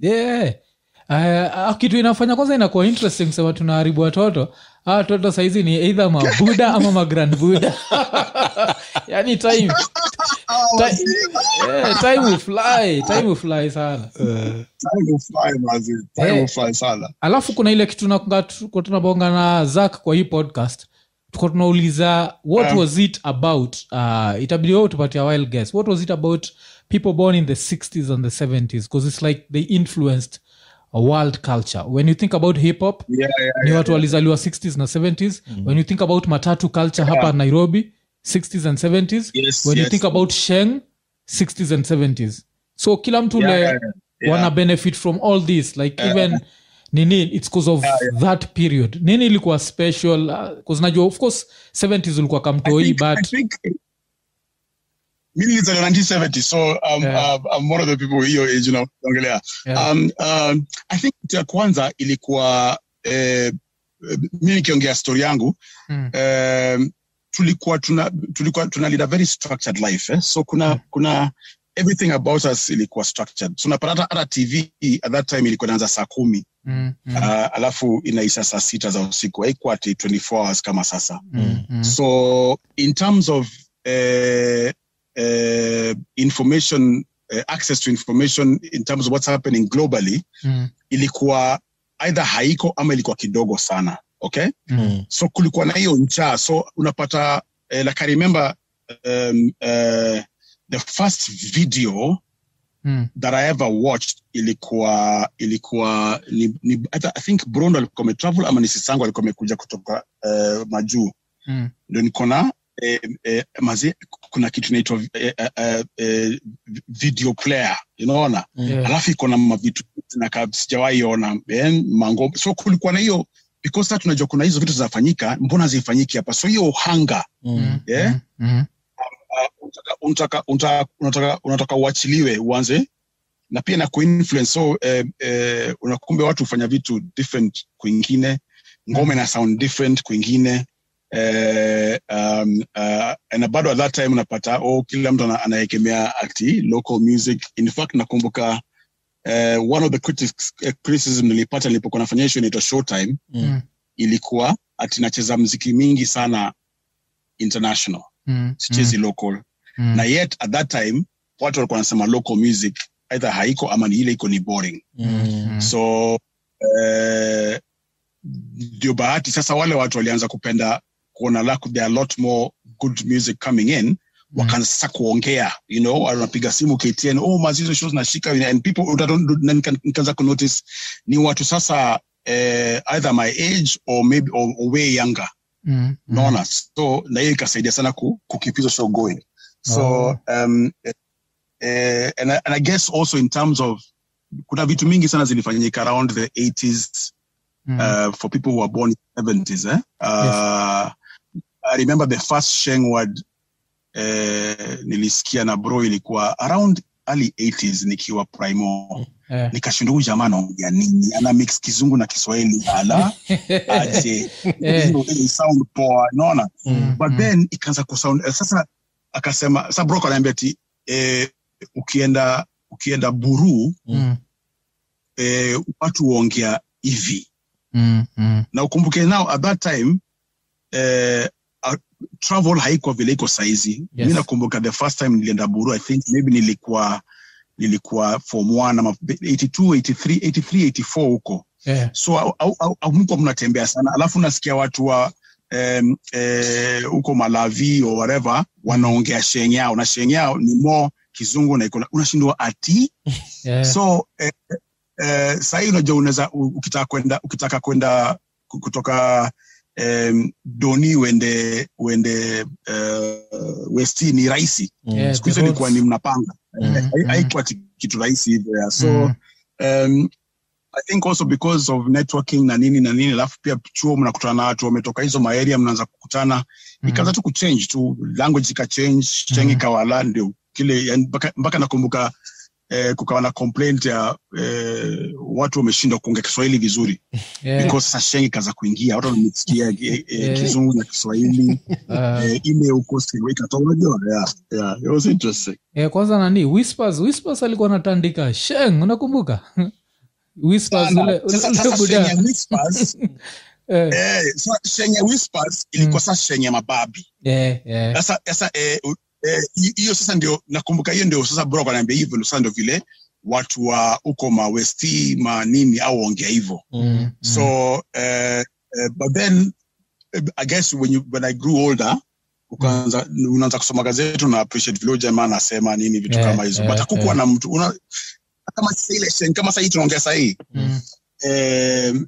S1: yeah. Uh, kitu inafanya kwanza inakuwa interesting sema tunaharibu watoto Ah, watoto sahizi ni eidha mabuda ama magran buda yani time,
S3: Ah,
S1: time,
S3: wazee,
S1: yeah, Eh, time will fly time will fly sana
S3: time will fly, wazee, time
S1: Eh.
S3: will fly sana
S1: alafu kuna ile kitu nakunga- tulikuwa tunabonga na zak kwa hii podcast tuko tunauliza what
S3: Um.
S1: was it about uh, itabidi wewe utupatie a wild guess what was it about people born in the 60s and the 70s because it's like they influenced a world culture when you think about hip hop
S3: Yeah, yeah, Mm.
S1: ni watu walizaliwa 60s na 70s when you think about matatu culture hapa nairobi 60s and 70s
S3: Yes,
S1: when you
S3: yes.
S1: think about sheng 60s and 70s so kila mtu
S3: Yeah,
S1: le
S3: yeah, yeah.
S1: wana benefit from all this like even nini it's cause of that period nini ilikuwa special uh, 'cause najua of course 70s ulikuwa
S3: I
S1: kamtoi
S3: think- I
S1: but
S3: think- mimi nilizaliwa 1970 so um,
S1: Yeah.
S3: uh, I'm one of the people hiyo age you know, ongelea
S1: Yeah.
S3: um, um, I think kitu ya kwanza ilikuwa eh, eh, mi nikiongea story yangu
S1: Mm.
S3: eh, tulikuwa tuna tulikuwa tuna lead a very structured life eh? so kuna kuna everything about us ilikuwa structured so unapata hata- hata tv at that time ilikuwa inaanza saa kumi
S1: Mm, mm,
S3: uh, alafu inaisha saa sita za usiku haikuwa ati 24 hours kama sasa
S1: mm, mm.
S3: so in terms of uh, uh, information uh, access to information in terms of what's happening globally
S1: Mm,
S3: ilikuwa either haiko ama ilikuwa kidogo sana okay
S2: hmm,
S1: mm,
S3: so kulikuwa na hiyo njaa so unapata eh, like I remember um, uh, the first video
S1: mm.
S3: that I ever watched ilikuwa ilikuwa ni, ni, I th- I think Brondo alikuwa ametravel ama ni Sisango alikuwa amekuja kutoka uh, majuu
S1: Mm.
S3: ndio niko na eh, eh, mazi kuna kitu inaitwa eh, eh, eh, eh, video player unaona
S2: hmm,
S1: Yeah.
S3: alafu iko na mavitu nakaa sijawahi ona eh, mango so kulikuwa na hiyo because sasa tunajua kuna hizo vitu zinafanyika mbona zifanyiki hapa so hiyo uhanga
S2: hmm,
S1: Mm,
S3: Yeah.
S1: mm, mm.
S3: uh, unataka- unataka- unataka- unataka unataka uachiliwe uanze na pia na kuinfluence so eh, eh, unakumbe watu hufanya vitu different kwingine ngome na sound different kwingine eh, um, uh, na bado at that time unapata oh, kila mtu ana- anaegemea ati local music in fact nakumbuka eh, one of the critics, eh, criticism nilipata nilipokuwa nafanya ishu inaitwa showtime
S1: Mm.
S3: ilikuwa ati nacheza mziki mingi sana international
S1: Mm,
S3: sichezi local
S1: mm,
S3: na yet at that time watu walikuwa wanasema local music either haiko ama ni ile iko ni boring
S2: hmm,
S1: mm.
S3: so eh, ndio bahati sasa wale watu walianza kupenda kuona la- there are a lot more good music coming in
S1: mm,
S3: wakaanza sasa kuongea you know wanapiga simu ktn oh mazizo shows nashika and people utatu- na nika- nikaanza kunotice ni watu sasa eh, either my age or maybe or, or way younger
S1: Mm, mm.
S3: unaona so na hiyo ikasaidia sana ku, kukeep hizo show going so
S1: Oh.
S3: um, eh, and, I- and i guess also in terms of kuna vitu mingi sana zilifanyika around the 80s
S1: Mm,
S3: uh, for people who were born in the 70s eh? uh, i remember the first shengward eh, nilisikia na bro ilikuwa around early 80s nikiwa primo
S1: yeah.
S3: nikashindwa huyu jamaa anaongea nini ana mix kizungu na kiswahili ala aje
S1: Eh.
S3: Hii sound poa naona
S2: hmm,
S1: Mm,
S3: but
S1: mm.
S3: then ikaanza kusound eh, sasa akasema sasa broko anaambia ati eh, ukienda ukienda buru
S1: Mm,
S3: eh, watu huongea hivi
S1: mm, mm.
S3: na ukumbuke now at that time eh, a- travel haikuwa vile iko saizi
S1: Yes.
S3: mi nakumbuka the first time nilienda buru i think maybe nilikuwa nilikuwa form one ama 82 83 83 84 huko
S1: Yeah.
S3: so au- au- au- hamkuwa mnatembea sana alafu nasikia watu wa em, eh, huko malavi or whatever wanaongea sheng yao na sheng yao ni more kizungu na iko na- unashindwa ati
S1: Yeah.
S3: so eh, eh, sahii unajua unaweza u- ukitaka kwenda ukitaka kwenda ku- kutoka em, doni uende uende eh, westi ni rahisi
S2: hmm,
S1: Yeah,
S3: siku hizo
S1: the
S3: ilikuwa ni
S1: roads.
S3: mnapanga
S2: Mm,
S3: Eh, hai-
S1: mm.
S3: haikuwa ti- kitu rahisi hivyo ya. so
S1: Mm.
S3: um, i think also because of networking na nini na nini alafu pia chuo mnakutana na watu wametoka hizo maarea mnaanza kukutana
S1: Mm.
S3: ikaanza tu kuchange tu language ikachange cheng
S1: Mm.
S3: ikawala ndio kile yani mpaka- mpaka nakumbuka eh, kukawa na complaint ya eh, watu wameshindwa kuongea kiswahili vizuri
S1: Yeah.
S3: because sasa sheng ikaanza kuingia watu wamesikia eh, eh,
S1: Yeah.
S3: kizungu na kiswahili
S1: Uh,
S3: eh, ile huko siri ikatoka unajua yeah, yeah, it was interesting
S1: eh, kwanza nani whispers whispers alikuwa anatandika sheng unakumbuka whispers
S3: Sana.
S1: ule- ule-
S3: Sasa-
S1: ule
S3: sasa
S1: buda.
S3: Sheng ya Whispers,
S1: Eh,
S3: eh, so Sheng ya Whispers ilikuwa sasa Sheng ya mababi
S1: yeah, yeah.
S3: sasa sasa eh, u- eh, hi- hiyo sasa ndio nakumbuka hiyo ndio sasa bro kanaambia hivyo ndio sasa ndio vile watu wa huko mawesti manini au ongea hivyo
S2: hmm,
S1: Mm, mm.
S3: so eh, eh, but then eh, i guess when, you, when i grew older ukaanza unaanza kusoma gazeti una appreciate vile huyu jamaa anasema nini vitu
S1: Eh,
S3: kama hizo
S1: eh,
S3: but hakukuwa
S1: eh.
S3: na mtu una, kama sasa ile Sheng, kama sahii tunaongea sahii
S1: Mm,
S3: um,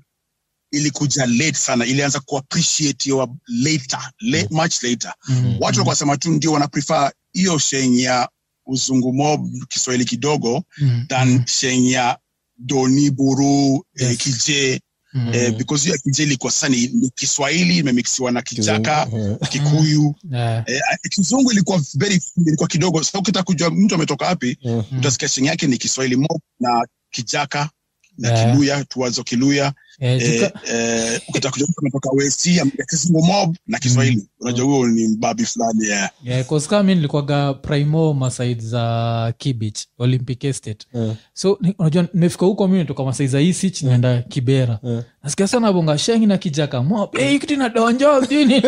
S3: ilikuja late sana ilianza kuappreciate your later late, much later
S1: mm,
S3: watu
S1: mm,
S3: walikuwa wanasema tu ndio wanaprefer hiyo sheng ya uzungu mob kiswahili kidogo
S1: mm,
S3: than
S1: mm,
S3: sheng ya doni buru yes.
S1: Yes.
S3: eh, kije
S1: mm.
S3: eh, because hiyo ya kije ilikuwa sasa ni ni kiswahili imemixiwa na kijaka
S2: Kizungu.
S1: Mm.
S3: kikuyu
S1: Yeah.
S3: eh, kizungu ilikuwa very ilikuwa kidogo sasa ukitaka kujua mtu ametoka wapi
S2: Mm.
S3: utasikia sheng yake ni kiswahili mob na kijaka na
S1: Yeah.
S3: kiluya tuwazo kiluya
S1: Eh,
S3: eh,
S1: juka-
S3: eh, ukitaka kujua ametoka wesi amekatisingu mob na kiswahili
S1: Mm.
S3: unajua huyo ni mbabi fulani yeah.
S1: eh, 'cause kama mi nilikuwaga primo masaid za kibich olympic estate
S2: Eh,
S1: so ni- unajua nimefika huko mi natoka masai za isich naenda kibera
S2: eh.
S1: nasikia sana bonga shengi na kijaka mop hey, kitu inadonja sijui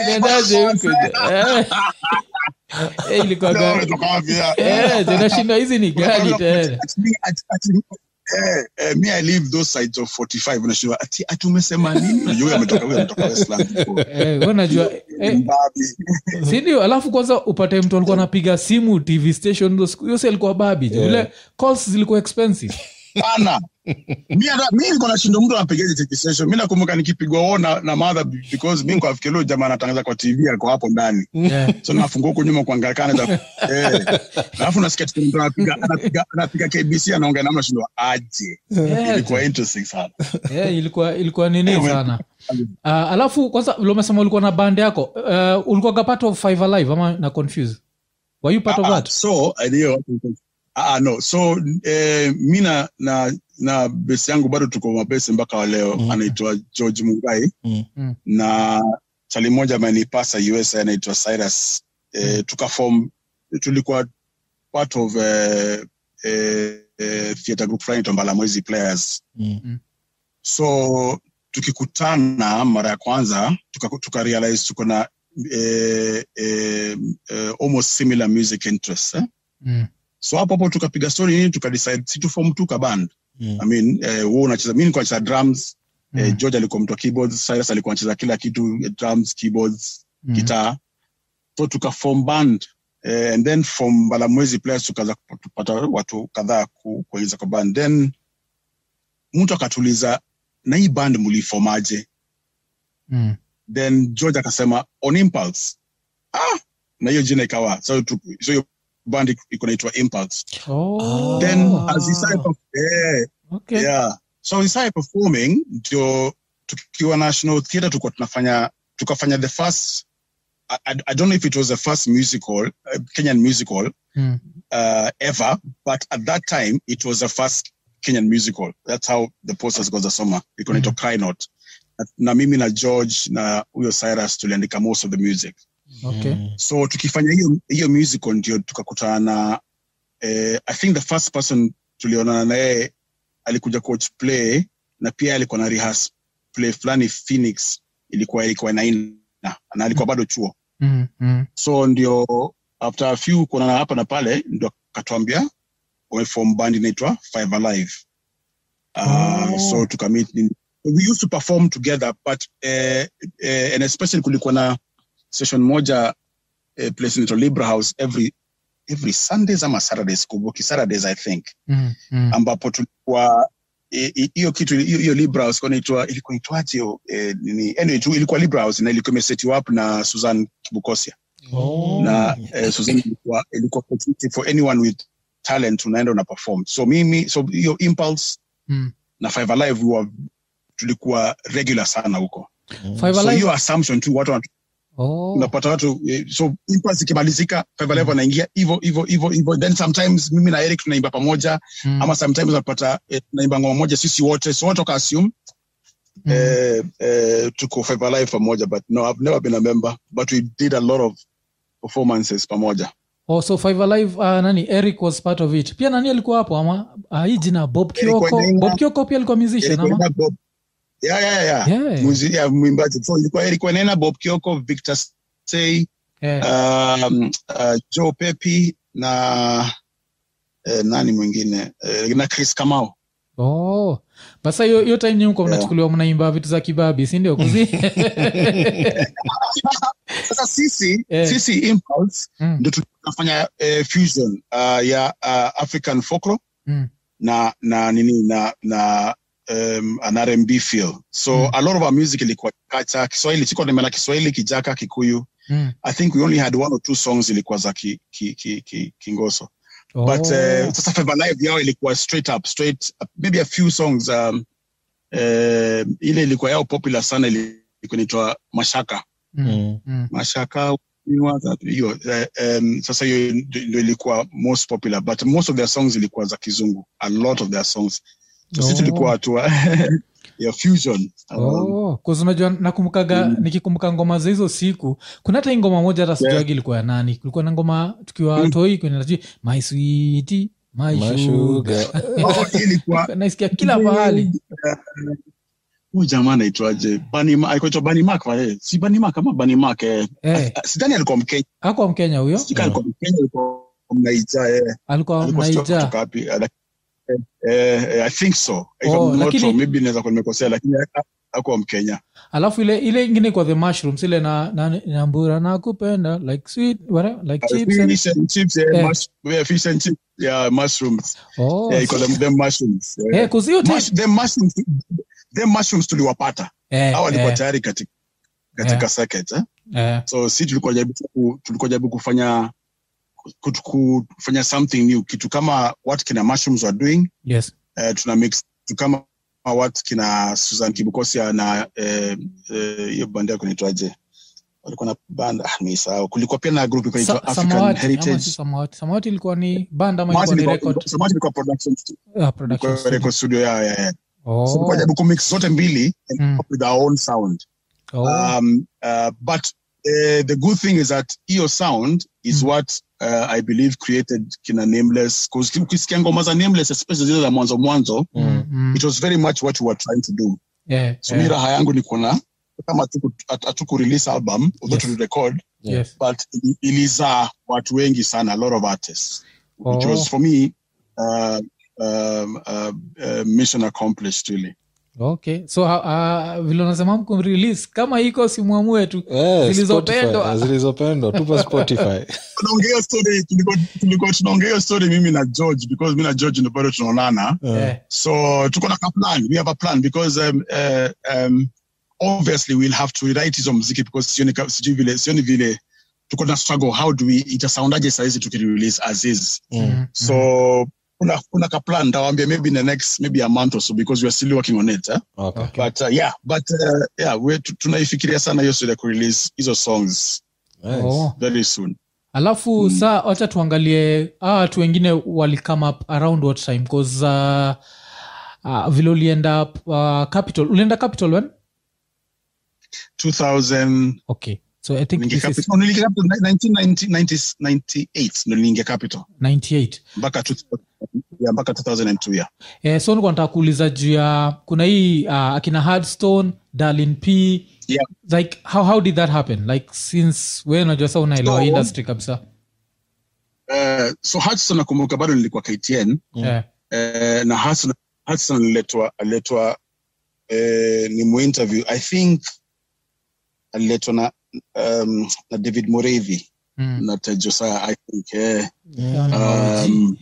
S1: inaendaje huko Eh. Eh,
S3: Ndio,
S1: ilikuwaga
S3: ametoka wapi, yeah.
S1: Eh, zinashindwa hizi ni gani tena
S3: Ati- ati- ati- eh, eh, me I live those sides of 45 unashinda ati ati umesema nini Unajua huyo ametoka huyo ametoka Westland
S1: Eh, wewe unajua eh,
S3: mbabi
S1: sindio alafu kwanza upate mtu alikuwa anapiga simu tv station hizo siku- hiyo si alikuwa babi
S2: Yeah.
S1: vile calls zilikuwa expensive
S3: pana mi ata- mi niko nashinda mtu anapigaje TV station mi nakumbuka nikipigwa wo na, na madha because mi kwafikilio jamaa anatangaza kwa tv ako hapo ndani
S1: yeah.
S3: so nafungua huko nyuma kuangalia kana za eh. alafu nasikia tu mtu anapiga anapiga anapiga kbc anaongea namna shindwa aje
S2: Eh.
S1: Yeah,
S3: ilikuwa interesting sana
S1: yeah, Eh, ilikuwa ilikuwa nini
S3: Eh,
S1: sana uh, alafu kwanza vile umesema ulikuwa na band yako uh, ulikuwaga part of five alive ama na confuse were you part of
S3: Ah, ah,
S1: that
S3: so ndio ah, ah, no so eh, mi na na na besi yangu bado tuko mabesi mpaka wa leo
S2: Mm.
S3: anaitwa george mungai
S2: Mm.
S1: Mm.
S3: na chali moja amenipasa us anaitwa cyrus
S2: Mm.
S3: eh, tukafom tulikuwa part of eh, eh, eh, theatre group fulani inaitwa mbalamwezi players
S2: Mm.
S3: so tukikutana mara ya kwanza tuka, tuka realize tuko na eh, eh, eh, almost similar music interests eh?
S1: mm.
S3: so hapo hapo tukapiga story nini tukadecide si tufom tu kaband
S2: Mm.
S3: i mean eh, wewe unacheza mimi nilikuwa nacheza drums
S1: Mm.
S3: eh, george alikuwa mtu wa keyboards cyrus alikuwa anacheza kila kitu eh, drums keyboards
S1: mm.
S3: guitar Mm-hmm. so tukafom band eh, and then from balamwezi players tukaanza kupata watu kadhaa ku- kuingiza kwa band then mtu akatuliza na hii band mulifomaje
S1: Mm.
S3: then george akasema on impulse ah! na hiyo jina ikawa so tu- so hiyo band iko- iko naitwa impulse
S1: Oh.
S3: then as he started perf- eh,
S1: Okay.
S3: yeah. so he started performing ndio tukiwa national theatre tulikuwa tunafanya tukafanya the first I, I, i don't know if it was the first musical uh, kenyan musical
S1: Mm.
S3: uh, ever but at that time it was the first kenyan musical that's how the posters got the summer iko naitwa cry not na, na mimi na george na huyo cyrus tuliandika most of the music
S1: Okay.
S2: Mm.
S3: so tukifanya hiyo hiyo musical ndio tukakutana na eh, i think the first person tulionana naye alikuja coach play na pia alikuwa na rehearse play fulani phoenix ilikuwa ilikuwa naina na alikuwa bado chuo
S1: Mm. Mm.
S3: so ndio after a few kuonana hapa na pale ndio akatuambia wamefom band inaitwa five alive uh,
S1: Oh.
S3: so tukamit we used to perform together but eh, eh, and especially kulikuwa na session moja eh, place inaitwa libra house every every sundays ama saturdays kumbuki saturdays i think
S1: Mm. Mm.
S3: ambapo tulikuwa i- i- hiyo kitu hiyo hiyo Libra House ilikuwa inaitwa ilikuwa inaitwaje hiyo, eh, nini anyway tu ilikuwa Libra House na ilikuwa imesetiwa up na Susan Kibukosia
S2: Hmm,
S1: Oh.
S3: na eh, Susan ilikuwa ilikuwa opportunity for anyone with talent unaenda una perform so mimi so hiyo impulse
S1: Mm.
S3: na five alive we were, tulikuwa regular sana huko
S2: Hmm,
S1: Five
S3: so
S1: Alive?
S3: hiyo assumption tu watu wana-
S1: Oh.
S3: unapata watu eh, so impulse ikimalizika five alive wanaingia hivyo hivyo hivyo hivyo then sometimes mimi na Eric tunaimba pamoja
S1: Mm.
S3: ama sometimes unapata eh, naimba ngoma moja sisi wote so watu wakaassume
S1: Mm.
S3: eh, eh, tuko five alive pamoja but no i've never been a member but we did a lot of performances pamoja
S1: Oh, so five alive uh, nani eric was part of it pia nani alikuwa hapo ama uh, hii jina bob kioko
S3: Odinga.
S1: bob kioko pia alikuwa musician ama
S3: Ilikuwa Bob- yeah yeah yeah, yeah.
S1: Yeah.
S3: Muzi, yeah mwimbaji so ilikuwa ilikuwa nena bob kioko victor say
S1: Yeah.
S3: um, uh, joe pepi na eh, nani mwingine eh, na chris kamau
S1: Oh. basa hiyo hiyo time nyinyi mko
S3: Ah. Yeah.
S1: mnachukuliwa mnaimba vitu za kibabi si ndio kuzi
S3: sasa sisi
S1: Eh.
S3: sisi impulse
S1: Mm,
S3: ndio tunafanya eh, fusion uh, ya uh, african folklore
S1: mm,
S3: na na nini na na um, an rmb feel so
S1: Mm.
S3: a lot of our music ilikuwa kacha kiswahili siko nimeona kiswahili kijaka kikuyu
S1: mm.
S3: i think we only had one or two songs ilikuwa za ki, ki, ki, ki, kingoso
S1: Oh.
S3: but uh, sasa Feva live yao ilikuwa straight up straight uh, maybe a few songs um, eh, ile ilikuwa yao popular sana ili- ilikuwa inaitwa mashaka
S1: Mm,
S2: Mm.
S1: mm.
S3: mashaka Niwa tatu, hiyo eh, em, sasa hiyo ndo ndo ilikuwa most popular but most of their songs ilikuwa za kizungu a lot of their songs so sisi
S1: Oh.
S3: tulikuwa hatua ya fusion Um,
S1: Oh, 'cause unajua nakumbukaga
S3: Mm.
S1: nikikumbuka ngoma za hizo siku kuna hata hii ngoma moja hata sijuagi ilikuwa ya nani kulikuwa na ngoma tukiwa
S3: Mm.
S1: watoi kwenye najui my sweetie, my sugar.
S2: Mashuga.
S3: oh, hii ilikuwa
S1: naisikia kila pahali
S3: huyu jamaa anaitwaje Bunny Ma- alikuwa anaitwa Bunny Mac wale si Bunny Mac ama Bunny Mac eh
S1: Eh,
S3: sidhani alikuwa Mkenya
S1: hakuwa mkenya huyo
S3: sika alikuwa Mkenya alikuwa mnaija eh
S1: alikuwa
S3: alikuwa sio
S1: Oh, mnaija
S3: kutoka wapi eh, eh, eh, I think so if
S1: Oh,
S3: I'm not
S1: lakini-
S3: wrong maybe naweza kuwa nimekosea lakini ha- hakuwa Mkenya
S1: alafu ile ile ingine kwa the mushrooms ile na, na, na mbura nakupenda like sweet whatever, like chips and,
S3: fish and chips yeah,
S1: Eh.
S3: mush, yeah fish and chips yeah mushrooms
S1: oh,
S3: yeah you call them, them mushrooms yeah.
S1: eh, 'cause hiyo time-
S3: Mush, them mushrooms them mushrooms tuliwapata
S1: eh,
S3: hao walikuwa
S1: eh,
S3: tayari katika katika circuit eh?
S1: eh,
S3: so si tulikuwa jaribu ku- tulikuwa jaribu kufanya ku- ku- kufanya something new kitu kama what kina mushrooms were doing
S1: yes
S3: eh, tuna mix tu kama watu kina Susan Kibukosia na eh, eh, hiyo bandi yako inaitwaje? Walikuwa na band ah, nimeisahau. Kulikuwa pia na group ilikuwa
S1: Sa-
S3: inaitwa African
S1: samawati ama si
S3: Heritage.
S1: samawati samawati ilikuwa ni band ama
S3: Samawati
S1: ilikuwa ni
S3: ilikuwa-
S1: record
S3: Samawati ilikuwa production studio,
S1: ah, production
S3: ilikuwa
S1: studio.
S3: record studio yao yeah, yeah. So
S1: Oh,
S3: tulikuwa jaribu kumix zote mbili and
S1: mm,
S3: come up with our own sound.
S1: oh,
S3: Um, uh, but uh, the good thing is that hiyo sound is
S1: Mm.
S3: what uh, I believe created kina Nameless 'cause ukisikia ngoma za Nameless especially zile za mwanzo mwanzo
S2: Hmm.
S1: mm, mm,
S3: it was very much what we were trying to do.
S1: yeah,
S3: so
S1: yeah,
S3: mi raha yangu ni kuona kama hatuku- hat- hatuku release album although
S1: Yes.
S3: tulirecord
S1: yes.
S3: but ili- ilizaa watu wengi sana a lot of artists which
S1: Oh.
S3: was for me uh, um, uh, uh, mission accomplished really
S1: okay so uh, uh, vile unasema mku release kama iko simwamue tu
S2: Eh,
S1: Zilizopendwa.
S2: Spotify. zilizopendwa tupo spotify
S3: tunaongea hiyo story tulikuwa- tulikuwa tunaongea hiyo story mimi na george because mi na george ndo bado tunaonana
S2: Eh.
S1: eh,
S3: so tuko na ka plan we have a plan because um, uh, um, obviously we'll have to rewrite hizo mziki because sioni ka- sijui vile sioni vile tuko na struggle how do we itasoundaje sahizi tukirelease as is
S2: Mm.
S1: mm,
S3: so kuna kuna ka plan nitawaambia maybe in the next maybe a month or so because we are still working on it eh?
S2: Okay.
S1: Mm. Okay.
S3: but uh, yeah but uh, yeah we tu- tunaifikiria sana hiyo suala ya kurelease hizo songs
S2: Nice.
S1: oh.
S3: very soon
S1: alafu mm. saa wacha tuangalie ah, watu wengine walicome up around what time bcause uh, uh, vile ulienda uh, capital ulienda capital when
S3: 2000
S1: okay so i think
S3: niliingia
S1: this
S3: capital
S1: is
S3: no, niliingia capital 1998 ndo niliingia capital
S1: 98
S3: mpaka 2000 yeah, mpaka 2002 yeah
S1: eh, so nikuwa nataka kuuliza juu ya kuna hii uh, akina hardstone darlin p
S3: Yeah.
S1: like how, how did that happen like since we unajua sa unaelewa
S3: So-
S1: industry kabisa
S3: Eh, so Hudson nakumbuka bado nilikuwa KTN
S2: Mm.
S1: Eh,
S3: eh, na Hudson Hudson aliletwa aliletwa eh, ni mu interview I think aliletwa na um, na David Mureithi
S1: mm.
S3: na Ted Josiah I think eh,
S2: Mm.
S1: Mm-hmm.
S3: um,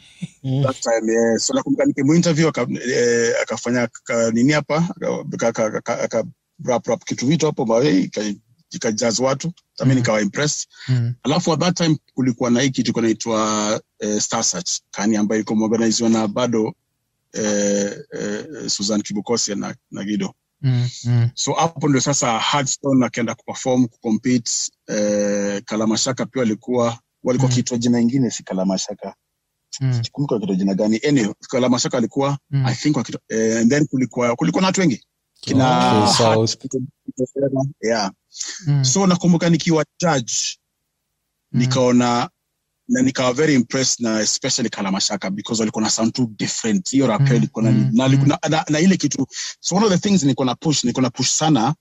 S2: Mm.
S3: that time yeah. eh, so nakumbuka nikimu interview aka, eh, akafanya ka, nini hapa aka, aka, aka, aka wrap, wrap kitu vitu hapo ba- eh, ika- ikajazwa watu tami
S1: Mhm.
S3: nikawa impressed
S1: Mm.
S3: alafu at that time kulikuwa na hii kitu ilikuwa inaitwa eh, Star Search kani ambayo ilikuwa imeorganiziwa na bado eh, eh, Susan Kibukosia na, na Gido
S1: Mm. Mm.
S3: so hapo ndio sasa Hardstone akaenda kuperform kucompete eh, Kalamashaka pia walikuwa walikuwa
S1: Mm.
S3: kiitwa jina ingine si Kalamashaka
S1: Mm.
S3: sikumbuka wakiitwa jina gani anyway Kalamashaka alikuwa
S1: Mm.
S3: I think wakiitwa eh, and then kulikuwa kulikuwa na watu wengi kina
S2: Okay, so-
S3: yeah.
S1: Mm.
S3: so nakumbuka nikiwa judge
S1: Mm.
S3: nikaona na nikawa very impressed na especially kalamashaka because walikuwa na sound two different hiyo rap
S1: Mm,
S3: yao ilikuwa na,
S1: mm,
S3: na,
S1: mm.
S3: na, na, na ile kitu so one of the things nilikuwa na push nilikuwa na push sana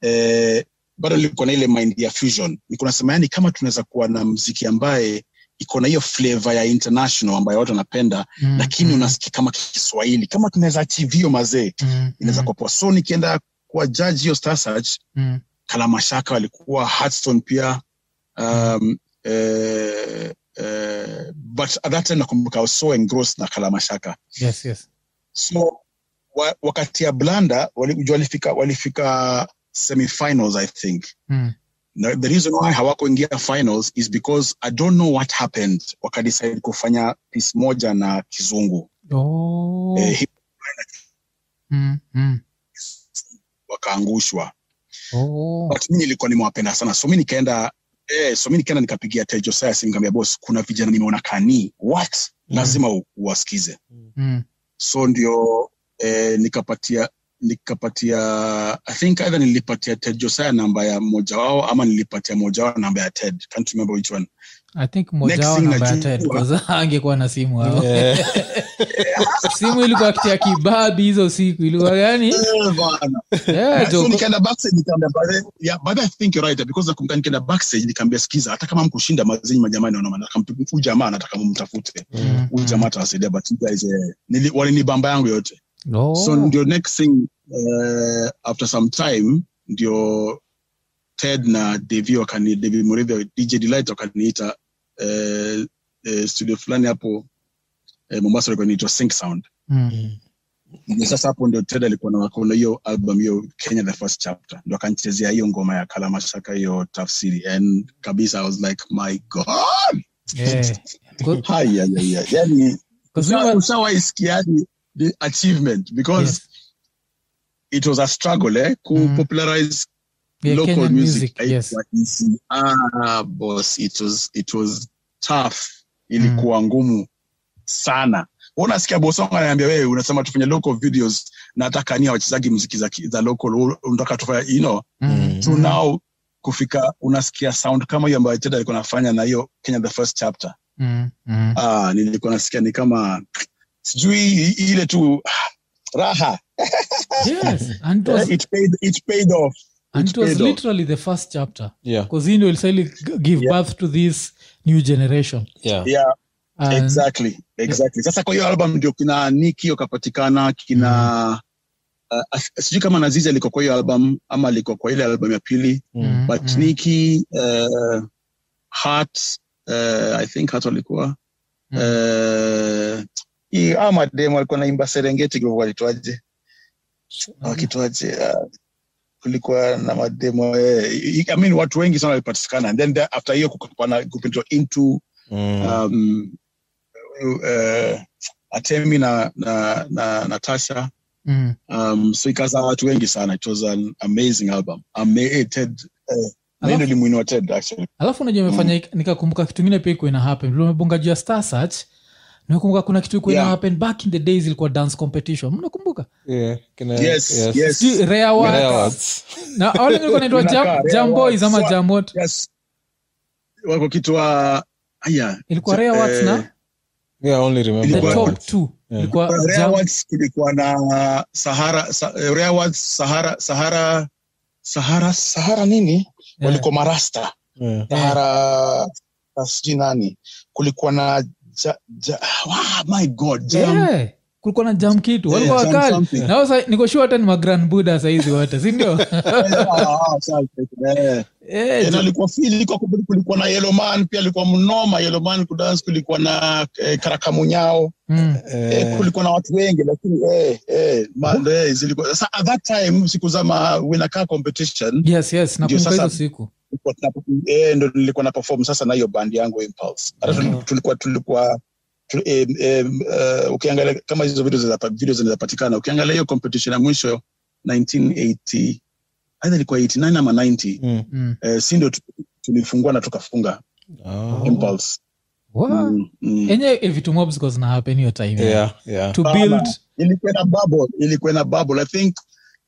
S3: eh, bado nilikuwa na ile mind ya fusion nilikuwa nasema yani kama tunaweza kuwa na mziki ambaye iko na hiyo flavor ya international ambayo watu wanapenda
S1: Mm.
S3: lakini
S1: Mm.
S3: unasikia kama kiswahili kama tunaweza achieve hiyo mazee
S1: Mm.
S3: inaweza
S1: Mm.
S3: kuwa poa so nikienda kuwa judge hiyo star search
S1: Mm.
S3: kalamashaka walikuwa Hudson pia um, eh, eh, but at that time nakumbuka I was so engrossed na kalamashaka
S1: yes yes
S3: so wa, wakati ya blanda wali, walifika walifika semifinals i think
S1: Mm.
S3: na the reason why hawakuingia finals is because i don't know what happened wakadecide kufanya piece moja na kizungu
S1: Oh.
S3: eh, hip-
S1: Mm, mm.
S3: wakaangushwa
S1: Oh.
S3: but mi nilikuwa nimewapenda sana so mi nikaenda eh, so mi nikaenda nikapigia Tay Josiah simu nikamwambia boss, kuna vijana nimeona kani what lazima u- uwasikize.
S1: Mm.
S3: So ndio eh, nikapatia nikapatia I think either nilipatia Ted Josiah namba ya mmoja wao ama nilipatia mmoja wao namba ya Ted. Can't remember which one.
S1: i think moja
S3: Next
S1: wao
S3: thing
S1: namba ya
S3: najua-
S1: ted kwanza angekuwa na simu hao
S2: Eh,
S1: simu ilikuwa kitia kibabi hizo siku ilikuwa yani
S3: Eh, bwana.
S1: yeah,
S3: so
S1: joko.
S3: nikaenda backstage nikaambia but, yeah, but I think you're right because nakumbuka nikaenda backstage nikaambia sikiza hata kama mkushinda mazinyi majamani wanaona nataka mtu- huyu jamaa nataka mumtafute
S2: Hmm.
S1: Mm,
S3: huyu jamaa atawasaidia but you guys eh, nili- walinibamba yangu yote
S1: mm. Oh.
S3: so ndio next thing uh, after some time ndio ted na devi wakani devi murithi dj delight wakaniita uh, uh, studio fulani hapo uh, mombasa ilikuwa inaitwa sync sound
S1: Mm.
S3: Ndio sasa hapo ndio ted alikuwa na wakona hiyo album hiyo kenya the first chapter ndo akanichezea hiyo ngoma ya kalamashaka hiyo tafsiri and kabisa i was like my god
S1: Yeah. Kwa-
S3: haya yani
S1: kwa sababu-
S3: ushawaisikiani the achievement because
S1: Yes.
S3: it was a struggle eh, ku
S1: Mm.
S3: popularize
S1: Yeah,
S3: local
S1: Kenyan
S3: music.
S1: music, yes.
S3: Haikuwa easy. Ah, boss, it was it was tough. Ilikuwa
S1: Mm.
S3: ngumu sana. Wewe Unasikia boss wangu ananiambia wewe unasema tufanye local videos na atakania wachezaji muziki za, ki- za local wewe unataka tufanye you know
S1: Mm.
S3: so now kufika unasikia sound kama hiyo ambayo Ted alikuwa anafanya na hiyo Kenya the first chapter
S1: Mm. Mm.
S3: ah, nilikuwa nasikia ni kama sijui i- ile tu ah, raha
S1: Yes, and it was-
S3: Eh, it paid, it paid off
S1: and
S3: it
S1: it was
S3: paid off.
S1: literally the first chapter
S2: yeah,
S1: because hii ndio ilisahili give
S3: Yeah.
S1: birth to this new generation
S2: yeah.
S3: yeah
S1: and
S3: exactly exactly sasa kwa hiyo album ndio kina niki wakapatikana kina uh, sijui kama nazizi alikuwa kwa hiyo album ama alikuwa kwa ile album ya pili
S2: Mm.
S3: but
S1: Mm.
S3: niki uh, heart uh, i think heart walikuwa
S1: Mm.
S3: uh, hii ama mademo alikuwa naimba serengeti kivu walitoaje
S2: Mm-hmm.
S1: Mm.
S3: wakitoaje uh, kulikuwa na mademo eh, i I mean watu wengi sana walipatikana and then the, after hiyo kukapana kupitwa into
S2: Mm.
S3: um, uh, atemi na, na, na natasha
S1: Mm.
S3: um, so ikazaa watu wengi sana it was an amazing album amated uh,
S1: Alafu-
S3: naindo limuinua ted actually
S1: alafu unajua imefanya nikakumbuka kitu ingine pia ikuwa ina happen vile umebonga juu ya star search nakumbuka kuna kitu ikuwa ina
S3: Yeah.
S1: happen back in the days ilikuwa dance competition mnakumbuka
S2: Yeah, kina-
S3: yes
S2: yes.
S3: yes yes,
S1: Sijui Rare Awards.
S2: Rare Awards.
S1: na wale nilikuwa naitwa
S3: Inakaa
S1: Jam-
S3: Rare
S1: jamboys ama
S3: Awards.
S1: jamot
S3: wako kitwa aya
S1: ilikuwa rare awards
S3: eh,
S1: na
S2: Yeah, I only remember
S1: the
S3: ilikuwa-
S2: Rare
S1: top
S2: Awards.
S1: two
S2: Yeah.
S1: ilikuwa
S3: Rare
S1: Uh, jam-
S3: Awards kulikuwa na sahara sa, eh, Rare Awards, sahara sahara sahara sahara nini
S1: yeah.
S3: walikuwa marasta
S1: Eh.
S2: Yeah.
S3: sahara na sijui nani kulikuwa na ja, ja, wow, my god jam,
S1: Yeah. kulikuwa na jam kitu
S3: Yeah,
S1: Eh, walikuwa
S3: jam
S1: wakali
S3: something.
S1: nao sa- niko sure hata ni magran buda sahizi wote sindio
S3: Eh, ah, ah, sorry, eh.
S1: Eh,
S3: Eh, na ilikuwa feel, ilikuwa kub- kulikuwa na Yellowman pia alikuwa mnoma Yellowman kudance kulikuwa na eh, karakamunyao
S1: mm.
S3: eh,
S2: Eh,
S3: kulikuwa na watu wengi lakini eh, eh, ma- eh, zilikuwa sasa at that time siku za ma- winaka competition
S1: yes yes nakumbuka
S3: sasa-
S1: hizo siku
S3: nilikuwa tuna- eh, ndo nilikuwa na perform sasa na hiyo band yangu impulse hata tuli- tulikuwa tulikuwa tu- eh, eh, eh, ukiangalia kama hizo video zinapa- video zinapatikana ukiangalia hiyo competition ya mwisho 1980 aidha ilikuwa 89 ama 90
S2: mm.
S1: mm.
S3: eh, si ndio tu- tulifungua na tukafunga
S2: Oh.
S3: impulse
S1: Wow.
S3: mm, mm.
S1: enye eh, vitu mobs kwa zina happen hiyo time eh.
S2: Yeah, yeah.
S1: to
S3: Baba.
S1: build
S3: ilikuwa na bubble ilikuwa na bubble i think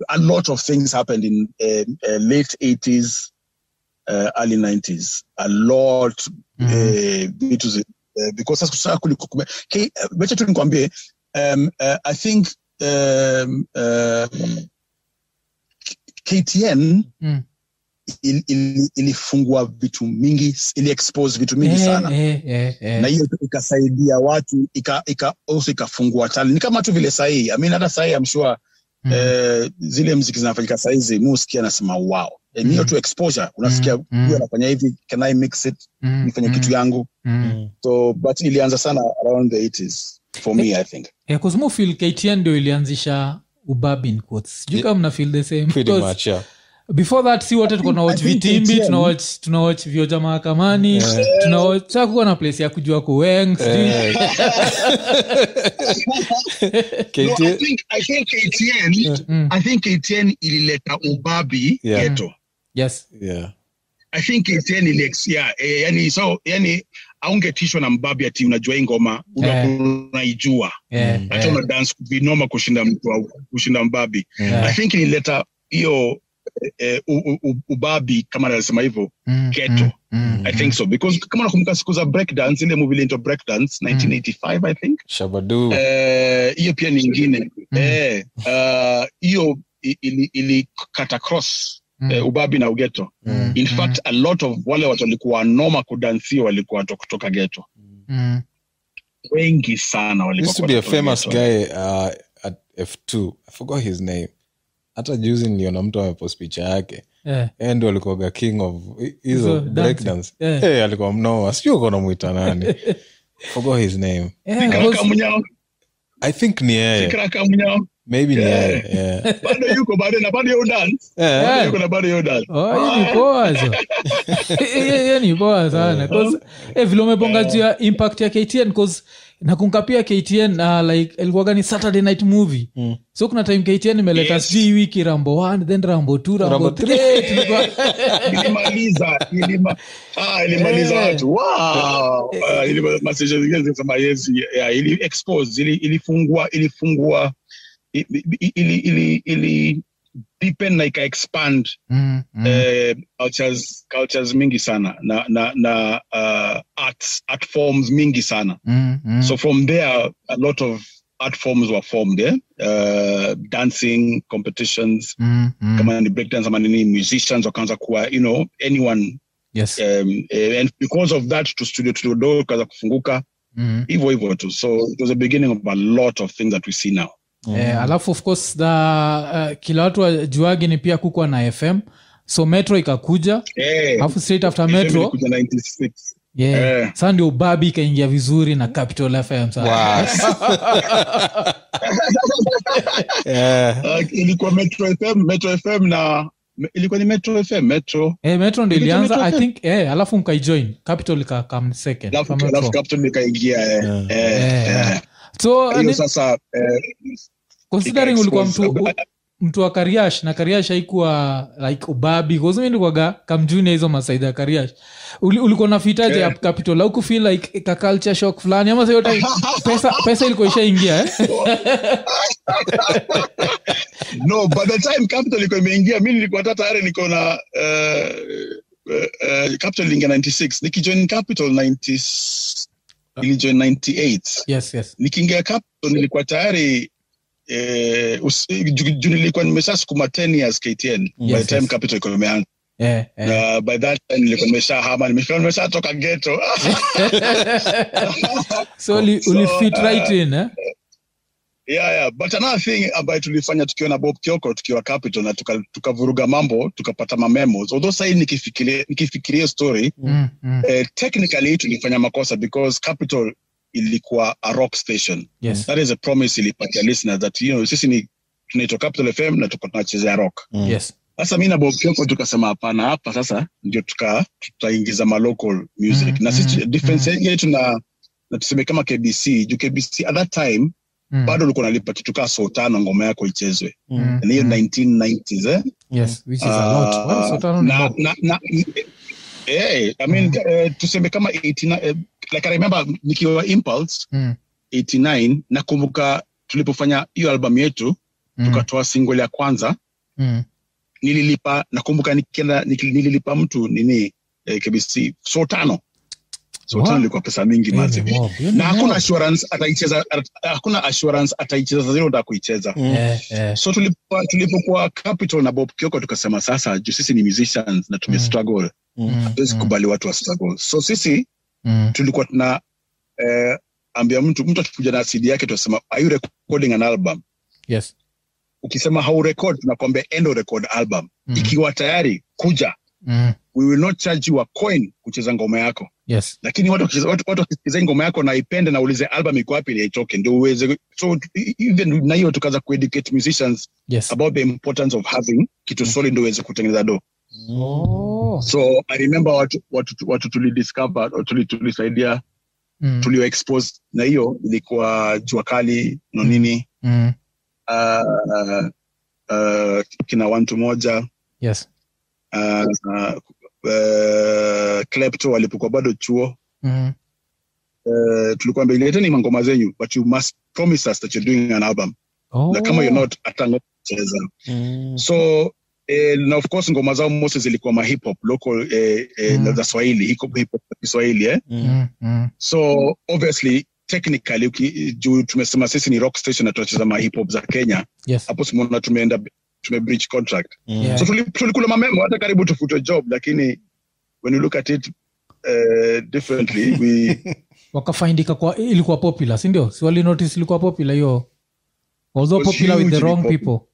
S3: a lot of things happened in eh, eh, late 80s uh, early 90s a lot
S1: mm.
S3: eh, vitu zi- eh, because sasa sasa kuliko kume- Ki- eh, wacha tu nikwambie um, eh, i think um, eh, K- ktn
S1: Mm.
S3: il- il- ilifungua vitu mingi iliexpose vitu mingi
S1: Eh,
S3: sana
S1: eh, eh, eh.
S3: na hiyo ikasaidia watu ika, ika, also ikafungua tali ni kama tu vile sahii I mean, hata sahii amshua
S1: Mm.
S3: eh, zile mziki zinafanyika sahizi mi usikia nasema wow Eh, ni hiyo
S1: Mm.
S3: tu exposure unasikia
S1: Mm.
S3: huyu
S1: Mm.
S3: anafanya hivi can i mix it
S1: Mm,
S3: nifanye
S1: mm,
S3: kitu yangu
S1: mm.
S2: Mm.
S3: so but ilianza sana around the 80s for me i think
S1: Yeah, Eh, 'cause mu feel ktn ndio ilianzisha ubabi in quotes sijui kama mna feel the same
S2: Pretty
S1: Because
S2: much, yeah.
S1: before that si wote tuko
S3: I
S1: tunawatch
S3: think
S1: vitimbi
S3: KTN.
S1: tunawatch tunawatch vioja mahakamani
S2: Yeah.
S1: tunawatch sa kukuwa na place ya kujua kuweng sijui
S2: Eh. KT
S3: think, I think atn
S1: Mm.
S3: i think atn ilileta ubabi
S2: Yeah.
S3: yeto
S1: yes
S2: yeah.
S3: i think it's yani lex yeah eh, yani so yani aungetishwa na mbabi ati unajua hii ngoma una-
S1: Eh.
S3: unaijua
S1: Yeah,
S2: Eh.
S3: hata
S1: yeah.
S3: una dance vinoma kushinda mtu au kushinda mbabi
S2: Eh.
S1: Yeah.
S2: Mm.
S3: i think ilileta hiyo eh, u- u- u- ubabi kama anasema hivyo
S1: Mm,
S3: ghetto.
S1: mm, mm,
S2: Mm-hmm.
S3: i think so because kama nakumbuka siku za breakdance ile movie into breakdance
S2: Mm.
S3: 1985 i think
S2: shabadu
S3: Eh, hiyo pia
S2: Mm.
S3: ni ingine Eh, ah, hiyo i- ili- ilikata cross
S1: mm,
S3: eh, ubabi na ugeto
S1: mm,
S3: in
S2: Mm-hmm.
S3: fact a lot of wale watu walikuwa noma kudansio walikuwa to- kutoka geto
S1: mm,
S3: wengi sana walikuwa
S2: used to be a
S3: kutoka
S2: famous
S3: ghetto.
S2: guy uh, at f2 i forgot his name hata juzi niliona mtu amepost picha yake
S1: yeah.
S2: Yeye ndo alikuwaga king of hi-
S1: Hizo
S2: hizo
S1: dancing.
S2: breakdance
S1: Yeah.
S2: Eh, alikuwa mnoa sijui uko namwita nani forgot his name
S1: Yeah,
S3: Karaka
S1: because-
S3: mnyao
S2: i think ni yeye
S3: karaka mnyao
S2: maybe ni
S3: Yeah.
S2: yeye yeah.
S3: bado yuko bado na bado yo dance
S2: Yeah.
S1: Yeah.
S3: yuko na bado yo dance
S1: Oh, hii ni poa hizo. Hii- hii ni poa sana 'Cause, eh, vile umebonga juu ya impact ya ktn 'cause nakumbuka pia ktn uh, like ilikuwaga ni saturday night movie
S2: Mm.
S1: so kuna time ktn imeleta
S3: Yes.
S1: sijui hii wiki rambo 1 then rambo 2 rambo
S2: Rambo
S1: 3 tulikuwa
S3: ilimaliza ilima, ah, ilimaliza
S1: Eh.
S3: watu wow. Ah, ilima- masesha zingine zikasema yes yeah, ili expose ili, ilifungua ilifungua i- i- ili ili ili deepen na ika expand
S1: Mm, mm.
S3: eh, cultures cultures mingi sana na na na uh, arts art forms mingi sana
S1: Mm, mm.
S3: so from there a lot of art forms were formed eh? uh, dancing competitions
S1: Mm, mm.
S3: kama ni breakdance ama nini musicians wakaanza kuwa you know anyone
S1: Yes.
S3: um, eh, and because of that to studio studio do kaza kufunguka
S1: Mm.
S3: hivyo hivyo tu so it was the beginning of a lot of things that we see now
S2: Mm-hmm. Mm.
S1: Eh, alafu of course the, uh, kila watu wajuagi ni pia kukwa na fm so metro ikakuja
S3: Eh,
S1: alafu straight after
S3: FM
S1: metro
S3: ilikuja 96.
S1: yeah.
S3: Eh.
S1: saa ndio babi ikaingia vizuri na capital fm sasa.
S2: Wow. Yeah.
S3: Ah, ilikuwa metro fm metro fm na me- ilikuwa ni metro fm metro
S1: Eh, metro ndio
S3: Ilikuja
S1: ilianza i
S3: Metro
S1: think eh, alafu mkaijoin capital ikakam second
S3: alafu
S1: kama
S3: alafu
S1: Metro.
S3: capital ikaingia eh,
S2: Yeah.
S3: eh,
S1: Eh,
S3: eh.
S1: so
S3: hiyo
S1: ni-
S3: sasa eh,
S1: considering ulikuwa mtu
S3: ikaexpose.
S1: u- mtu wa kariash na kariash haikuwa like ubabi kuzimilikuaga kamjunia hizo masaida ya kariash Uli- ulikuwa nafitaja ya
S3: Yeah.
S1: capital au kufeel like eh, ka culture shock fulani ama sayo pesa, pesa ilikuwa ishaingia eh?
S3: no by the time capital iko imeingia mi nilikuwa hata tayari niko na eh, eh, eh, capital ingia 96 nikijoin capital 90 nilijoin 98
S1: yes yes
S3: nikiingia capital nilikuwa tayari eh, us- ju ju- nilikuwa nimeshasukuma 10 years ktn by the
S1: Yes,
S3: time
S1: yes.
S3: capital iko imeanza
S1: eh, eh.
S3: Na by that time nilikuwa nimeshahama nimesha- nimeshatoka geto
S1: so uli-
S3: So,
S1: ulifit
S3: uh,
S1: right in eh?
S3: yeah, yeah. but another thing ambayo tulifanya tukiwa na bob kioko tukiwa capital na tuka- tukavuruga mambo tukapata mamemos although sahii nikifikiria nikifikiria hiyo story
S1: mm, mm.
S3: eh, technically tulifanya makosa because capital ilikuwa a rock station
S1: yes
S3: that is a promise ilipatia listeners that you know, sisi ni tunaitwa capital fm na tuko tunachezea rock
S2: Mm.
S1: yes
S3: sasa mi na bob kioko tukasema hapana hapa sasa ndio tuka tutaingiza ma local music
S1: Mm,
S3: na sisi
S1: mm,
S3: difference yetu na na tuseme kama kbc juu kbc at that time
S1: mm.
S3: bado ulikuwa nalipa kitu kaa so tano ngoma yako ichezwe
S2: Mm.
S3: na hiyo
S1: Mm.
S3: 1990s eh?
S1: yes which is a lot
S3: Ah,
S1: Why so tano ni Mm.
S3: na-
S1: mob?
S3: na- na- eh, I mean, eh, tuseme kama 89 eh, like I remember nikiwa impulse
S1: Mm,
S3: 89 nakumbuka tulipofanya hiyo albamu yetu
S1: mm,
S3: tukatoa single ya kwanza
S1: mm.
S3: nililipa nakumbuka nikienda niki- nililipa mtu nini eh, kbc so tano so
S1: What?
S3: tano ilikuwa pesa mingi
S1: Hiyo
S3: mazi
S1: ni
S2: Mm.
S1: mob, hiyo ni
S3: na hakuna
S1: mob.
S3: assurance ataicheza at- hakuna assurance ataicheza zile unataka kuicheza
S2: Mm.
S1: Eh, eh.
S3: so tulipo- tulipokuwa capital na bob kioko tukasema sasa juu sisi ni musicians na tume
S1: Mm.
S3: struggle
S1: Mm,
S3: hatuwezi
S1: mm,
S3: kubali watu wa struggle so sisi
S1: mm.
S3: tulikuwa tuna eh, ambia mtu mtu akikuja na cd yake tunasema are you recording an album
S1: yes
S3: ukisema haurekod tunakwambia end of record album
S1: Mm.
S3: ikiwa tayari kuja
S1: Mm,
S3: we will not charge you a coin kucheza ngoma yako
S1: yes
S3: lakini watu wakicheza- watu- watu wakisikiza hii ngoma yako naipende na ulize album iko wapi ili aitoke ndio uweze so even na hiyo tukaanza kueducate musicians
S1: yes
S3: about the importance of having kitu
S1: Mm.
S3: solid ndio uweze kutengeneza do
S1: oh.
S3: so i remember watu, watu, watu tulidiscover or tuli- tulisaidia
S1: mm.
S3: tulioexpose na hiyo ilikuwa jua kali no
S1: Mm.
S3: nini ah,
S1: Mm.
S3: uh, uh, kina wantu moja
S1: yes
S3: uh, uh, uh, klepto alipokuwa bado chuo
S1: Mhm.
S3: uh, tulikwambia ileteni mangoma zenyu but you must promise us that you're doing an album
S1: Oh.
S3: na kama you're not atangacheza so eh, na of course ngoma zao mostly zilikuwa ma hip hop local eh, eh,
S1: Mm.
S3: mm. za swahili hip hop hip hop za kiswahili eh?
S1: Mhm, mhm.
S3: so obviously technically uki- juu tumesema sisi ni rock station na tunacheza ma hip hop za kenya
S1: Yes.
S3: hapo simuona tumeenda tume breach contract
S1: Yeah.
S3: so tuli- tulikula mamemo hata karibu tufute job lakini when you look at it uh, differently we eh,
S1: wakafaindika kwa ilikuwa popular sindio si walinotice ilikuwa popular hiyo although
S3: Was
S1: popular with the
S3: hugely
S1: wrong
S3: popular.
S1: people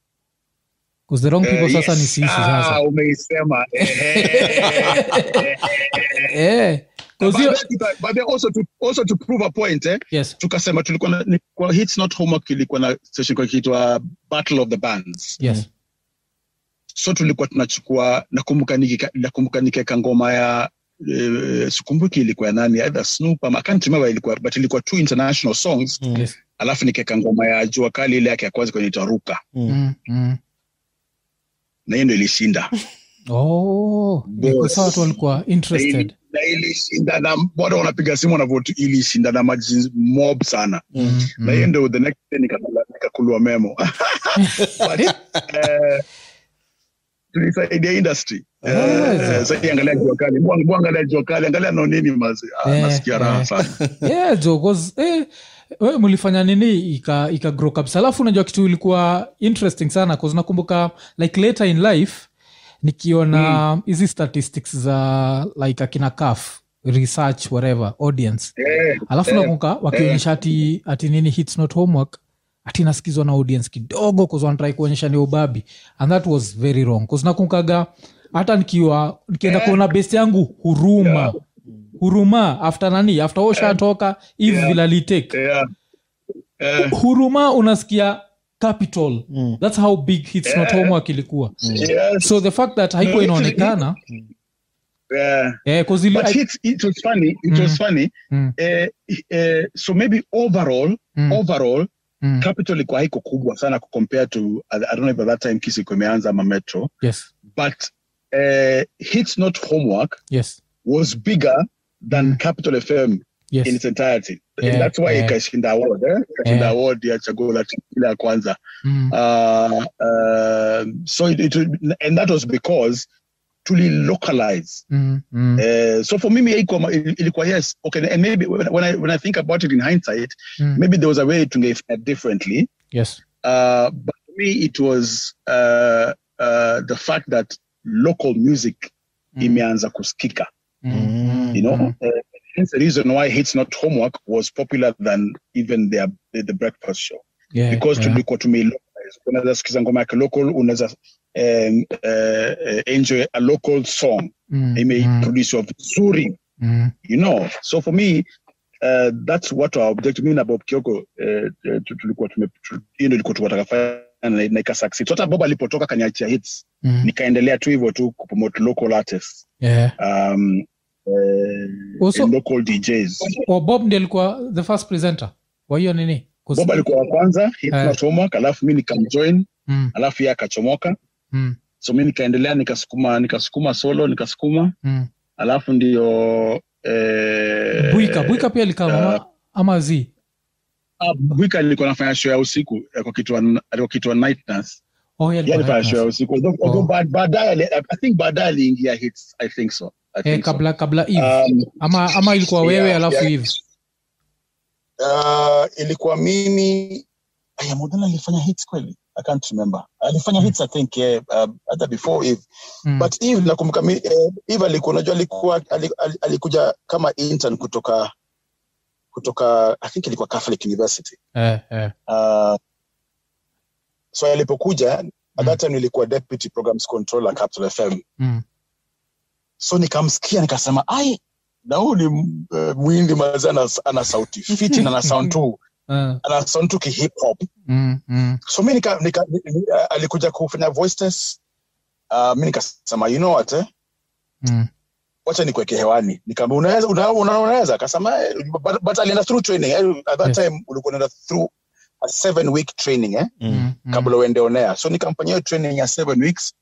S1: because the wrong people
S3: eh,
S1: sasa ni
S3: yes.
S1: sisi
S3: ah,
S1: sasa
S3: umeisema
S1: Eh, 'cause hiyo-
S3: but then also to, also to prove a point eh,
S1: yes
S3: tukasema tulikuwa na ni- kwa hits not homework ilikuwa na session kwa kiitwa battle of the bands
S1: yes
S3: so tulikuwa tunachukua nakumbuka nikika- nakumbuka nikeka ngoma ya eh, sikumbuki ilikuwa ya nani either snoop ama I can't remember ilikuwa but ilikuwa two international songs
S2: Mm.
S1: yes
S3: alafu nikeka ngoma ya jua kali ile yake ya kwanza kwenye taruka
S1: Mm, mm.
S3: na hiyo ndo ilishinda
S1: Oh, ni
S3: Yes.
S1: kwa sababu watu walikuwa
S3: Na ili-
S1: interested
S3: na ilishinda na bado wanapiga simu wanavyotu ilishinda na maji mob sana
S1: Mm,
S3: na hiyo ndo the next day nikakula- nikakulua memo But, eh, tulisaidia industry Eh,
S1: Ah.
S3: eh, sasa angalia jua kali Bwa- bwa angalia jua kali angalia no nini mazi Ah,
S1: Eh,
S3: nasikia raha
S1: eh.
S3: sana
S1: yeah, Joe, 'cause, eh, wewe mlifanya nini ika, ika grow kabisa alafu unajua kitu ilikuwa interesting sana 'cause nakumbuka like later in life nikiona hizi statistics za like akina caf research whatever audience
S3: Eh,
S1: alafu nakumbuka wakionyesha ati, ati nini hits not homework ati nasikizwa na audience kidogo cause wanatrai kuonyesha ni ubabi and that was very wrong cause nakumbukaga hata nikiwa nikienda kuona best yangu huruma
S3: Eh. Yeah. Eh.
S1: huruma after nani after ushatoka hivi
S3: Yeah.
S1: vila litake
S3: eh, eh,
S1: huruma unasikia capital
S2: Mm.
S1: that's how big hits not
S3: Eh.
S1: homework ilikuwa
S3: yes,
S1: so the fact that haikuwa
S3: No,
S1: inaonekana
S3: eh.
S1: eh, 'cause ili-
S3: But
S1: I-
S3: it- it was funny it was funny
S1: Mm,
S3: eh, eh, so maybe overall
S1: mm,
S3: overall
S1: mm.
S3: capital ilikuwa haiko kubwa sana compare to I don't know if at that time kisi ilikuwa imeanza ama metro
S1: yes
S3: but eh, hits not homework
S1: yes
S3: was bigger than
S1: Mm.
S3: Capital FM in
S1: yes
S3: its entirety.
S1: Yeah,
S3: And that's why
S1: yeah.
S3: ikashinda award, eh? Ikashinda
S1: Yeah.
S3: award ya chaguo la chakula ya kwanza.
S1: mm,
S3: Uh, um, so it, it, and that was because tuli localize.
S1: mm, mm,
S3: Uh, so for me ilikuwa, ma- ilikuwa yes okay and maybe when when I, when I think about it in hindsight
S1: mm.
S3: maybe there was a way to get it differently
S1: yes
S3: uh, but for me it was uh, uh, the fact that local music
S1: Mm.
S3: imeanza kusikika
S1: Mm, mm,
S3: you know
S1: mm.
S3: uh, hence the reason why it's not homework was popular than even their the, the breakfast show
S1: Yeah,
S3: because
S1: yeah.
S3: tulikuwa tumeilocalize unaweza sikiza ngoma yake local unaweza um, uh, uh, enjoy a local song
S1: Mm, mm,
S3: imeiproduciwa vizuri
S1: mm.
S3: you know so for me Uh, that's what our objective mimi na bob kioko eh, eh, tu- tulikuwa tume- tu- hiyo ndio ilikuwa tunataka kufanya na- na ikasucceed so hata bob alipotoka kaniachia hits
S1: Mm.
S3: nikaendelea tu hivyo tu kupromote local artists
S1: Yeah.
S3: um, eh,
S1: Also-
S3: local djs
S1: Wa- bob ndi alikuwa the first presenter wa hiyo nini 'Cause-
S3: bob alikuwa wa kwanza
S1: Eh.
S3: not homework alafu mi nikamjoin
S1: Mm,
S3: alafu yeye akachomoka
S1: mm,
S3: so mi nikaendelea nikasukuma nikasukuma solo nikasukuma
S1: mm.
S3: alafu ndio eh,
S1: bwika bwika pia alikama ama- ama z
S3: ah, bwika alikuwa anafanya show ya usiku eh, kwa kitwa alikuwa kitwa night nurse
S1: oh,
S3: yeye alifanya show ya
S1: yeah,
S3: usiku Although-
S1: Oh.
S3: although ba- baadaye ali- i think baadaye aliingia hits i think so I
S1: eh,
S3: think so.
S1: kabla kabla eve
S3: Um,
S1: ama ama ilikuwa wewe
S3: yeah,
S1: alafu
S3: yeah.
S1: eve
S3: uh, ilikuwa mimi aya modana alifanya hits kweli i can't remember alifanya hits i think eh, uh, hata before eve
S1: mm.
S3: but eve nakumbuka mi- eh, eve alikuwa unajua alikuwa ali- ali- alikuja kama intern kutoka kutoka i think ilikuwa catholic university
S1: eh, eh.
S3: uh, so alipokuja at that time nilikuwa deputy programs controller capital fm
S1: Mm.
S3: so nikamsikia nikasema ai na huyu ni uh, mwindi mazi ana, ana sauti fiti na ana sound tu
S1: Eh,
S3: ana sound tu kihip hop
S1: mm, mm,
S3: so mi nika, nika, ni- eh, alikuja kufanya voice test uh, mi nikasema you know what eh?
S1: mm.
S3: wacha nikuweke hewani nikamwambia unaweza una, una, unaweza akasema eh, but, but alienda through training eh? at that
S1: Yes.
S3: time ulikuwa unaenda through a seven week training eh?
S1: Mm, mm.
S3: kabla uende on air so nikamfanyia hiyo training ya seven weeks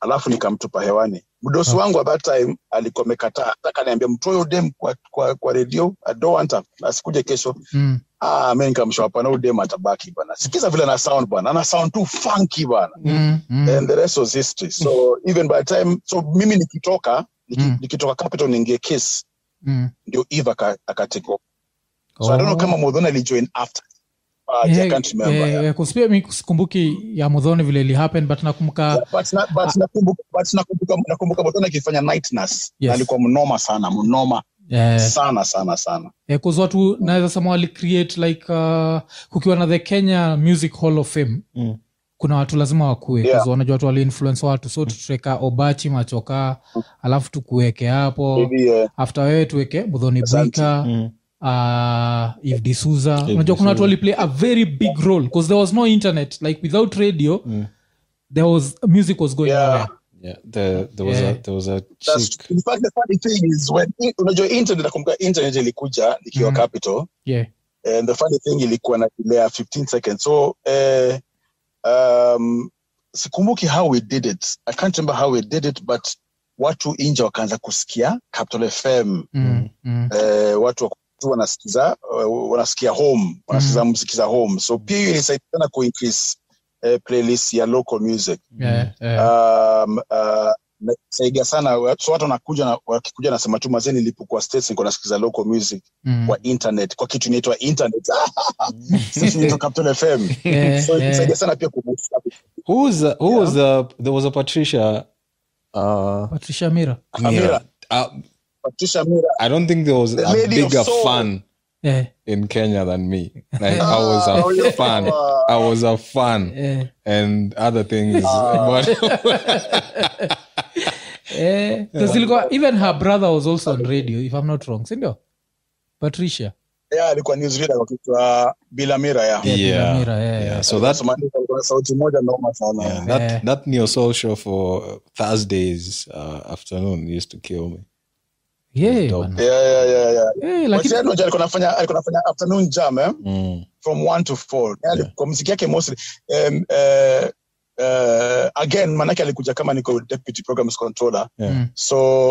S3: alafu nikamtupa hewani mdosi
S1: Ah.
S3: wangu at that time alikuwa amekataa taka niambia mtoyo dem kwa, kwa, kwa redio I don't want her. asikuje kesho
S1: mm.
S3: ah, mi nikamshapa na udem atabaki bana sikiza vile ana sound bana ana sound too funky bana
S1: Mm. Mm.
S3: and the rest was history so even by the time so mimi nikitoka niki,
S1: Mm.
S3: nikitoka capital niingie kiss
S1: Mm.
S3: ndio eve aka- akateko so i don't
S1: Oh.
S3: know kama modhon alijoin after uh, yeah, i can't remember yeah, yeah.
S1: kuspia Eh, mi sikumbuki ya modhoni vile ilihappen but nakumbuka
S3: But na- but nakumbuka- but nakumbuka- nakumbuka Modhon akifanya night nurse
S1: Yes.
S3: alikuwa mnoma sana mnoma
S1: eh,
S3: sana sana sana
S1: eh, 'cause watu naweza sema walicreate like uh, kukiwa na the kenya music hall of fame
S2: Mm.
S1: kuna watu lazima wakue
S3: Yeah.
S1: yeah. wanajua watu waliinfluence watu so tuteka obachi machoka alafu tukuweke hapo
S3: Maybe, eh,
S1: after wewe tuweke mudhoni
S3: Asante.
S1: bwika
S2: Mm.
S1: uh, if D'Souza.
S2: If
S1: unajua kuna watu
S2: D'Souza.
S1: waliplay a very big role because there was no internet like without radio
S2: Mm.
S1: there was music was going
S3: Yeah.
S1: nowhere.
S2: Yeah, there, there was a,
S1: Yeah.
S2: there was a
S3: that's-
S2: chick.
S3: in fact, the funny thing is when unajua internet nakumbuka internet ilikuja ikiwa
S1: Mhm.
S3: capital
S1: yeah
S3: and the funny thing ilikuwa na delay ya 15 seconds so eh, um, sikumbuki how we did it i can't remember how we did it but watu nje wakaanza kusikia capital fm
S1: Mm, mm.
S3: eh, watu wa- tu wanasikiza eh, wanasikia home wanasikiza
S2: Mm.
S3: mziki za home so pia hiyo ilisaidia sana kuincrease eh, playlist ya local music
S1: Yeah, yeah.
S3: um, uh, na- saidia sana wa- so watu wanakuja na wakikuja nasema tu mazee nilipokuwa states niko nasikiza local music
S1: Mm.
S3: kwa internet kwa kitu inaitwa internet
S2: Mm.
S3: station inaitwa Capital fm
S1: Yeah,
S3: so
S1: yeah.
S3: ilisaidia sana pia kuboost up.
S2: Who was the, uh, who was the, there was a Patricia. Uh,
S1: patricia mira
S3: Amira.
S2: Uh,
S3: Patricia Mira
S2: I don't think there was
S3: The
S2: a
S3: lady of
S2: bigger
S3: soul.
S2: fan
S1: yeah,
S2: in Kenya than me. Like I was
S3: Ah,
S2: a
S3: yeah.
S2: fan. I was a fan,
S1: yeah.
S2: and other things. but
S1: Eh, there's ilikuwa- even her brother was also on radio if i'm not wrong sindio patricia
S3: yeah, alikuwa newsreader kwa ah, kichwa bila mira ya
S1: Yeah, Dina
S2: Yeah,
S1: Mira, yeah,
S2: yeah,
S1: yeah.
S2: so that
S3: Soma- alikuwa na sauti moja noma sana
S2: yeah,
S1: Yeah.
S2: that that neo soul show for Thursdays uh, afternoon used to kill me.
S1: Yeah,
S2: Dope.
S1: bana.
S3: yeah, yeah, yeah, yeah.
S1: Eh,
S3: Lakini
S1: lakini
S3: Ed Noja alikuwa anafanya alikuwa anafanya afternoon jam eh?
S2: Mm.
S3: from one to four yeah. kwa mziki yake mostly um, uh, uh, again manake alikuja kama niko deputy programs controller
S2: Yeah.
S1: Mm.
S3: so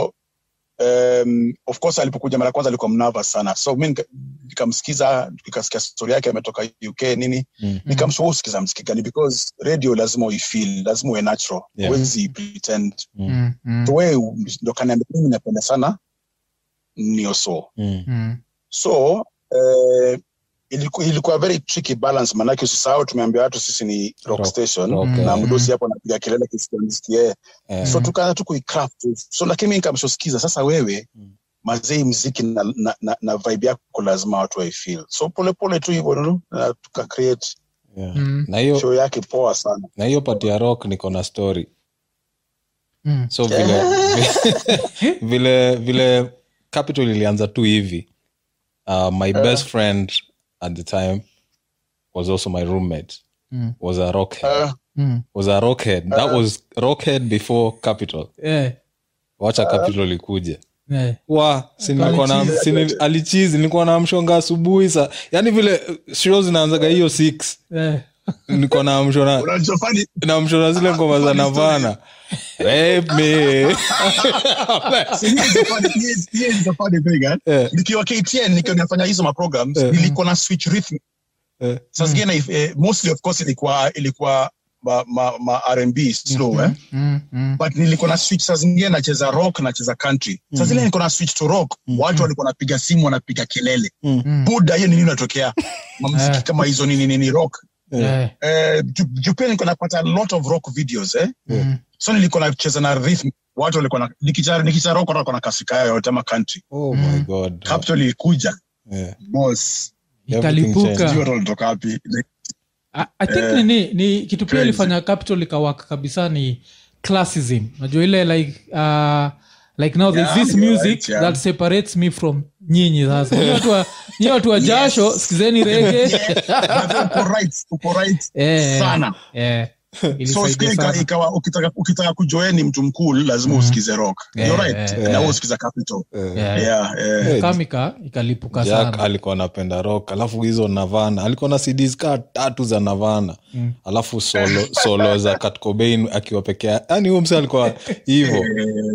S3: um, of course alipokuja mara ya kwanza alikuwa mnervous sana so mi nika- nikamsikiza nikasikia stori yake ametoka uk nini
S2: Mm.
S3: nikamshua usikiza mziki gani because radio lazima uifeel lazima uwe natural
S2: Yeah. Mm-hmm.
S3: huwezi pretend
S1: Mm, mm,
S3: the way ndo kaniambia mimi napenda sana nio soul
S2: Mm.
S1: mm.
S3: so eh, ilikuwa, ilikuwa very tricky balance manake usisahau tumeambia watu sisi ni rock,
S2: Rock,
S3: station
S2: rock,
S1: mm,
S3: na
S2: eh.
S1: Mm-hmm.
S3: mdosi hapo anapiga kelele kisikie
S2: Eh,
S3: so tukaanza tu kuicraft so lakini mi nikamshosikiza sasa wewe
S2: Mm.
S3: mazei mziki na, na, na, na vibe yako lazima watu waifeel so polepole tu hivyo tu, na tuka create
S2: yeah.
S1: Mm.
S2: Na hiyo
S3: show yake poa sana
S2: na hiyo part ya rock niko na story.
S1: Mm.
S2: So vile vile vile Capital ilianza tu hivi. Uh, my best friend at the time was also my roommate.
S1: Mm.
S2: Was a rockhead.
S3: Eh,
S1: Mm.
S2: was a rockhead that was rockhead before capital
S1: Eh,
S2: wacha capital ikuje
S1: eh.
S2: wa si nilikuwa na-
S3: Alicheese.
S2: si nil- alicheese nilikuwa namshonga asubuhi sa yani vile uh, show zinaanzaga hiyo six
S1: Eh.
S2: nilikuwa namshona
S3: unajua funny-
S2: namshona zile ngoma za navana Rape me. Eh,
S3: Here's the funny- here's- here's the funny thing, eh.
S2: Eh,
S3: nikiwa ktn nikiwa nafanya hizo maprograms
S2: Eh.
S3: nilikuwa na switch rhythm
S2: eh,
S3: Sasa zingine if- eh, mostly of course ilikuwa ilikuwa ma, ma, ma R&B slow eh?
S1: Mm, mm.
S3: but nilikuwa na switch saa zingine nacheza rock nacheza country saa zile nilikuwa na switch to rock watu walikuwa napiga simu wanapiga kelele
S1: Mm.
S3: buda hiyo ni nini unatokea mamziki kama hizo nini nini rock
S1: Eh,
S3: eh, ju- ju- pia nilikuwa napata a lot of rock videos eh?
S1: mm.
S3: so nilikuwa nacheza na rhythm watu walikuwa na- nikicheza nikicheza rock watu walikuwa na kasika yao yote ama country
S2: oh my god
S3: capital ilikuja
S2: yeah.
S3: boss
S2: Everything
S1: Ikalipuka.
S2: changed.
S3: sijui watu walitoka wapi
S1: I- I think
S3: Eh,
S1: nini ni kitu pia
S3: crazy.
S1: ilifanya capital ikawaka kabisa ni classism najua ile like uh, like now there's
S3: Yeah,
S1: this
S3: you're
S1: music
S3: right, yeah.
S1: that separates me from nyinyi sasa Nyinyi watu wa- nyinyi watu wa
S3: Yes.
S1: jasho sikizeni rege
S3: Yeah, uko right, uko right
S1: Eh.
S3: sana
S1: Eh,
S3: so
S1: ilisaidia
S3: siku ile ika-
S1: sana
S3: ikawa ukitaka, ukitaka kujoeni mtu mkuu lazima usikize rock
S1: Yeah,
S3: You're right
S1: yeah,
S3: na
S2: yeah.
S3: wewe usikiza capital
S2: Eh,
S1: Yeah.
S3: yeah, yeah.
S2: eh,
S1: kamika ikalipuka
S2: jack
S1: sana
S2: alikuwa anapenda rock alafu hizo navana alikuwa na cds kaa tatu za navana
S1: Mm.
S2: alafu solo, solo za Kurt Cobain akiwa peke yake yani huyo msee alikuwa hivo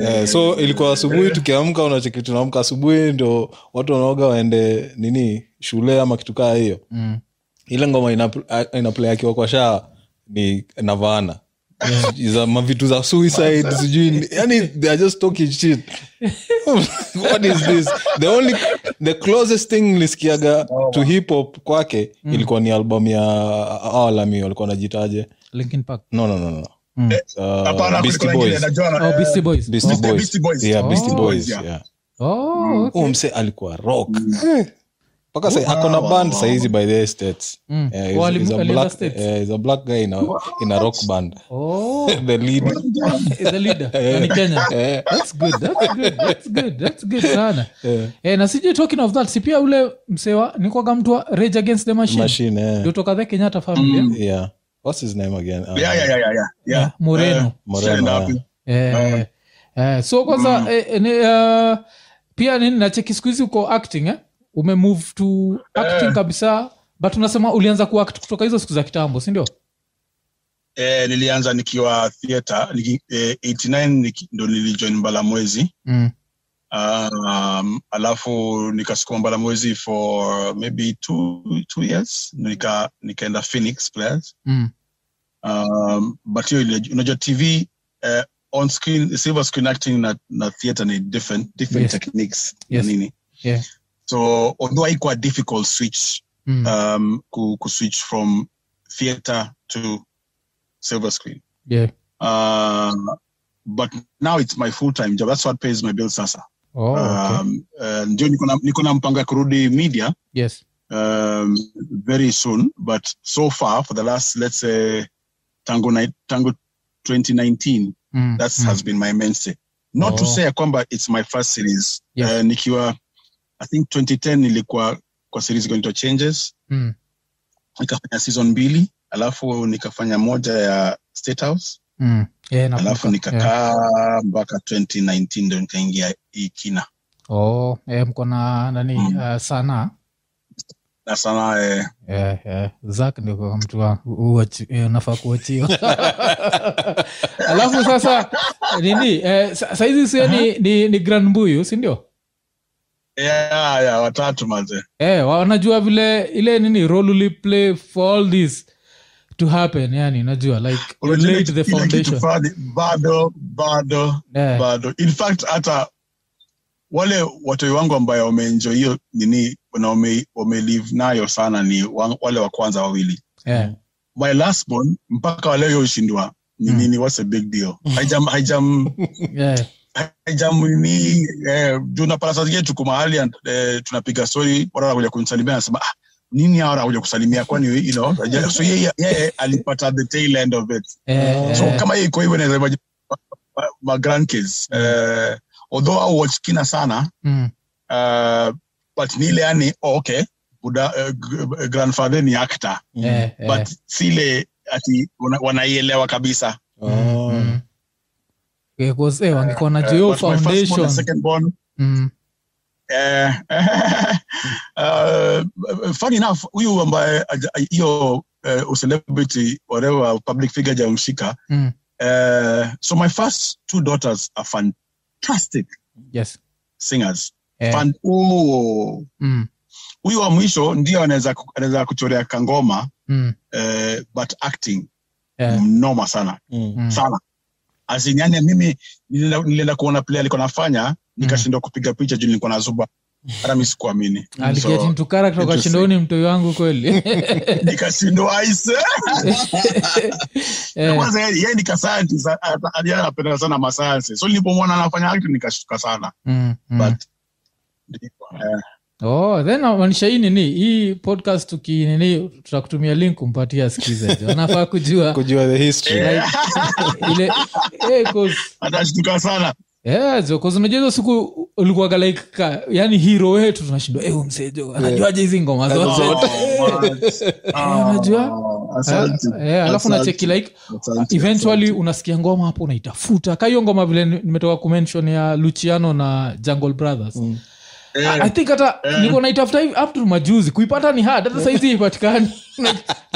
S2: eh, so ilikuwa asubuhi tukiamka unacheki tunaamka asubuhi ndo watu wanaoga waende nini shule ama kitu kaa hiyo
S1: Mm.
S2: ile ngoma ina, ina play akiwa kwa shaa ni navana za mavitu za suicide sijui ni- yani they are just talking shit what is this the only the closest thing nilisikiaga
S3: Oh,
S2: to hip hop kwake
S3: Mm.
S2: ilikuwa ni album ya awalami walikuwa najitaje
S1: Linkin Park.
S2: no no no no
S1: Mm.
S3: Eh, Hapana,
S2: uh,
S3: kuliko
S2: Beastie
S3: wengine,
S2: Boys
S3: najua na-
S1: Oh, Beastie Boys.
S2: Beastie
S1: Oh.
S3: Beastie
S2: Boys.
S3: Boys.
S2: Yeah, Beastie
S1: Oh.
S2: Boys,
S3: Yeah.
S2: yeah.
S3: Mm.
S1: Oh, okay.
S2: Huyu msee alikuwa rock Eh. mpaka sai ako na band sahizi by the states
S1: Mm.
S2: Eh,
S1: Oh,
S2: he's-
S1: alim-
S2: he's a
S1: alienda
S2: black-
S1: States.
S2: eh, he's a black guy in a, in a rock band
S1: Oh,
S2: the lead
S1: the leader. Na ni Kenya.
S2: Eh,
S1: That's good, that's good, that's good, that's good sana. Eh, na sijui talking of that si pia ule msewa nikwaga mtu wa rage against the machine,
S2: machine eh.
S1: ndio toka the kenyatta family eh?
S2: yeah what's his name again Uh,
S3: Yeah, yeah, yeah, yeah, yeah.
S1: Yeah,
S3: Mm, Yeah.
S1: Moreno.
S3: Eh,
S2: Moreno,
S3: Stand up.
S2: yeah.
S1: Eh, eh, so kwanza
S3: Mm.
S1: eh, eh, ni, eh, pia nini nacheki siku hizi uko acting eh? umemove to
S3: Eh.
S1: acting kabisa but unasema ulianza kuact kutoka hizo siku za kitambo sindio
S3: Eh, nilianza nikiwa theater niki, eh, 89 niki, ndo nilijoin mbalamwezi
S1: mm.
S3: um, alafu nikasukuma mbalamwezi for maybe two, two years nika nikaenda phoenix players
S1: Mm.
S3: um, but hiyo ile- unajua tv eh, on screen silver screen acting na, na theater ni different different
S1: Yes.
S3: techniques
S1: Yes.
S3: na nini
S1: Yeah.
S3: so although haikuwa difficult switch
S1: Mm.
S3: um, ku, ku switch from theater to silver screen
S1: yeah.
S3: Uh, but now it's my full time job. That's what pays my bills sasa.
S1: oh, okay.
S3: Um, uh, ndio niko na- niko na mpango ya kurudi media
S1: yes
S3: um, very soon, but so far for the last let's say tangu ni- tangu 2019
S1: mm.
S3: that
S1: mm.
S3: has been my mainstay. Not to
S1: Oh.
S3: say ya kwamba it's my first series.
S1: Yeah.
S3: Uh, nikiwa I think 2010 nilikuwa kwa series going to changes.
S1: Mm.
S3: Nikafanya season mbili, alafu nikafanya moja ya State House
S1: Mm. Yeah, nakumbuka.
S3: alafu
S1: Yeah.
S3: nikakaa mpaka 2019 ndo nikaingia hii kina
S1: oh, eh, mko na nani
S3: Mm.
S1: uh, sanaa
S3: na sana eh,
S1: Yeah, yeah. Zack ndio kwa mtu wa- u- uachi- eh, unafaa kuachiwa alafu sasa nini eh, sa- saizi sio ni, ni, ni grand mbuyu sindio
S3: yeah, yeah, watatu maze
S1: eh, wanajua vile ile nini role uliplay for all this to happen yani unajua like you
S3: Unajua
S1: laid the
S3: ile kitu
S1: foundation
S3: fulani, bado bado
S1: Eh.
S3: bado in fact hata wale watoi wangu ambayo wameenjoy hiyo nini na wame, wamelive nayo sana ni wa- wale wa kwanza wawili
S1: Eh,
S3: my last born mpaka waleo yoshindwa ni
S1: Mm.
S3: nini what's a big deal haijam haijam
S1: eh,
S3: jamini eh, juu unapata saa zingine tuko mahali eh, tunapiga stori watu wanakuja kunisalimia anasema ah, nini hawa wanakuja kusalimia kwani you know haja- so yeye yeye alipata the tail end of it
S1: eh,
S3: Oh. so
S1: eh,
S3: kama yeye iko hivyo naweza ma grand kids eh, although au watch kina sana
S1: mm,
S3: uh, but ni ile yani oh, okay buda eh, g- grandfather ni actor
S2: Um,
S1: eh, eh,
S3: Mm, but si ile ati wana- wanaielewa kabisa
S2: Oh.
S1: mm. Eh, 'cause, eh, wangekuwa na
S3: Eh,
S1: hiyo
S3: but my first born and
S1: foundation
S3: second born
S1: Mm,
S3: Eh, uh, funny enough huyu ambaye aja- hiyo uh, celebrity whatever public figure jamshika
S1: mm,
S3: uh, so my first two daughters are fantastic
S1: yes
S3: singers
S1: Eh,
S3: Fan- oh.
S1: mm,
S3: huyu wa mwisho ndio anaweza ku- anaweza kuchorea kangoma
S1: mm,
S3: uh, but acting
S1: eh,
S3: mnoma sana
S2: Mm.
S1: mm.
S3: sana asinyanya mimi nilienda nilienda kuona play alikuwa anafanya nikashindwa kupiga picha juu nilikuwa na zuba hata mi sikuamini
S1: aliget into character
S3: Mm. interesting.
S1: ukashindoni mtoi wangu kweli
S3: nikashindwa aise
S1: Eh,
S3: kwanza yeye yeye ni kasayansi anapenda sana masayansi so nilipomwona anafanya acting nikashtuka sana
S1: mm, mm.
S3: but eh,
S1: Oh, then maanisha hii nini hii podcast tuki nini tutakutumia link kumpatia skize jo. anafaa kujua
S2: kujua the history
S3: Eh.
S1: like, ile eh, 'cause-
S3: atashtuka sana
S1: eh, jo, 'cause unajua hizo siku ulikuwaga like ka- yani hero wetu tunashindwa eh, huyu msee jo anajuaje hizi ngoma
S2: Yeah.
S1: zote
S3: Oh, what?
S1: unajua?
S3: Oh. Asante.
S1: Eh, eh, alafu
S3: Asante.
S1: nacheki like
S3: Asante,
S1: eventually
S3: asante.
S1: unasikia ngoma hapo unaitafuta ka hiyo ngoma vile ni- nimetoka kumention ya luciano na jungle brothers mm.
S3: Eh,
S1: I I think hata niko naitafuta hivi up to majuzi kuipata ni hard hata saizi ipatikani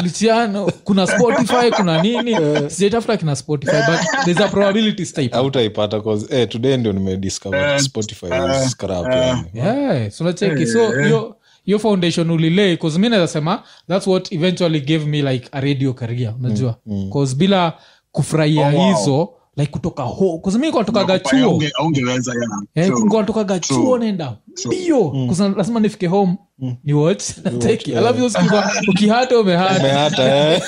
S1: luciano kuna spotify kuna nini
S3: Eh.
S1: sijaitafuta kina spotify but there's a probability type
S2: autaipata eh, today ndio
S3: Eh.
S2: nimediscover spotify is crap yani.
S1: yeah so nacheki so
S3: eh.
S1: hiyo hiyo foundation ulilei cause mi naweza sema that's what eventually gave me like a radio career unajua cause bila kufurahia
S3: Mm, Oh, wow.
S1: hizo like kutoka ho cause mi nikotokaga
S3: Nakupa-
S1: chuo
S3: aunge- aungeweza yana.
S1: Eh,
S3: True.
S1: nikotokaga chuo naenda mbio kusa lazima nifike home Mm. ni watch nateki alafu hiyo siku ukihata umehata
S2: Umehata, eh.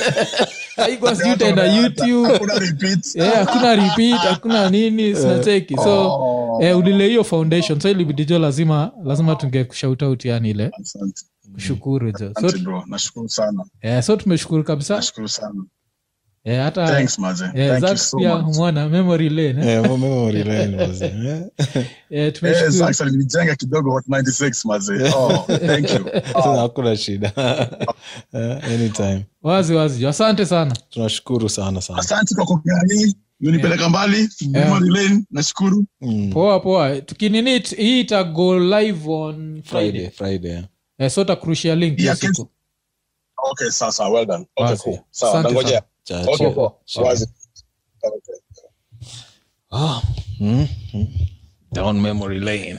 S1: haikuwa sijui utaenda youtube
S3: Hakuna repeat.
S1: Eh, hakuna repeat hakuna nini sinacheki so
S3: Oh.
S1: eh, ulile hiyo foundation so ilibidi jo lazima lazima tungekushautaut yani ile
S3: Asante.
S1: Mm. kushukuru jo so,
S3: Asante bro. nashukuru sana
S1: eh, so tumeshukuru kabisa
S3: nashukuru sana
S1: eh, hata
S3: thanks maze
S1: eh,
S3: thank you
S1: Zach
S3: so
S1: pia
S3: much
S1: mwana memory lane eh.
S2: Eh, memory lane was, eh.
S1: eh,
S3: Eh,
S1: tumeshukuru
S3: Zach, alinijenga kidogo hot 96 maze oh thank you
S1: Oh.
S2: Sasa Eh? hakuna shida Eh, anytime
S1: wazi wazi jo asante sana
S2: tunashukuru sana sana
S3: asante kwa kukani unipeleka mbali memory lane nashukuru
S2: Mm.
S1: poa poa tukinini it- hii itago live on friday
S2: friday friday eh.
S1: eh, so takurushia link hiyo
S3: Yeah,
S1: siku.
S3: okay sawa sawa well done okay
S1: Wazi.
S3: cool sawa
S1: Asante
S3: nangoja
S1: sana.
S2: Cha-
S3: okay
S2: cha-
S3: poa
S2: cha-
S3: wazi okay
S2: Ah, mm, mm. down memory lane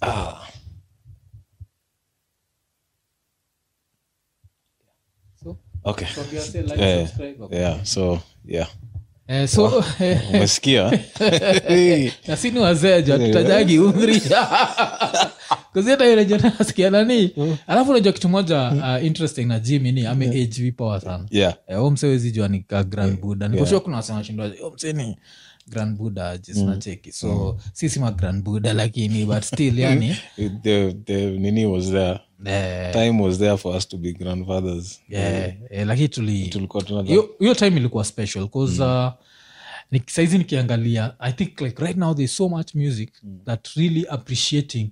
S2: ah,
S1: So,
S2: okay
S1: tuambie wase like,
S2: Eh,
S1: subscribe.
S2: yeah so yeah
S1: Eh, so eh,
S2: umesikia
S1: na si ni wazee jo tutajagi umri kuziatarejonasikia nani alafu unajua kitu moja uh, interesting na jimi ni ame age vipawa sana
S2: yeah
S1: Eh, huyo msee wezi jua ni ka grand buddha nikoshua kuna wasema shindwa o msee ni grand buddha jisinacheki so si ma grand buddha lakini but still yani
S2: the, the nini was there
S1: eh,
S2: time was there for us to be grandfathers
S1: eh, eh, lakini tuli
S2: tulikuwa tuna
S1: hiyo hiyo time ilikuwa special bcause
S2: Mm.
S1: uh, ni- saizi nikiangalia i think like right now there's so much music
S2: Mm.
S1: that really appreciating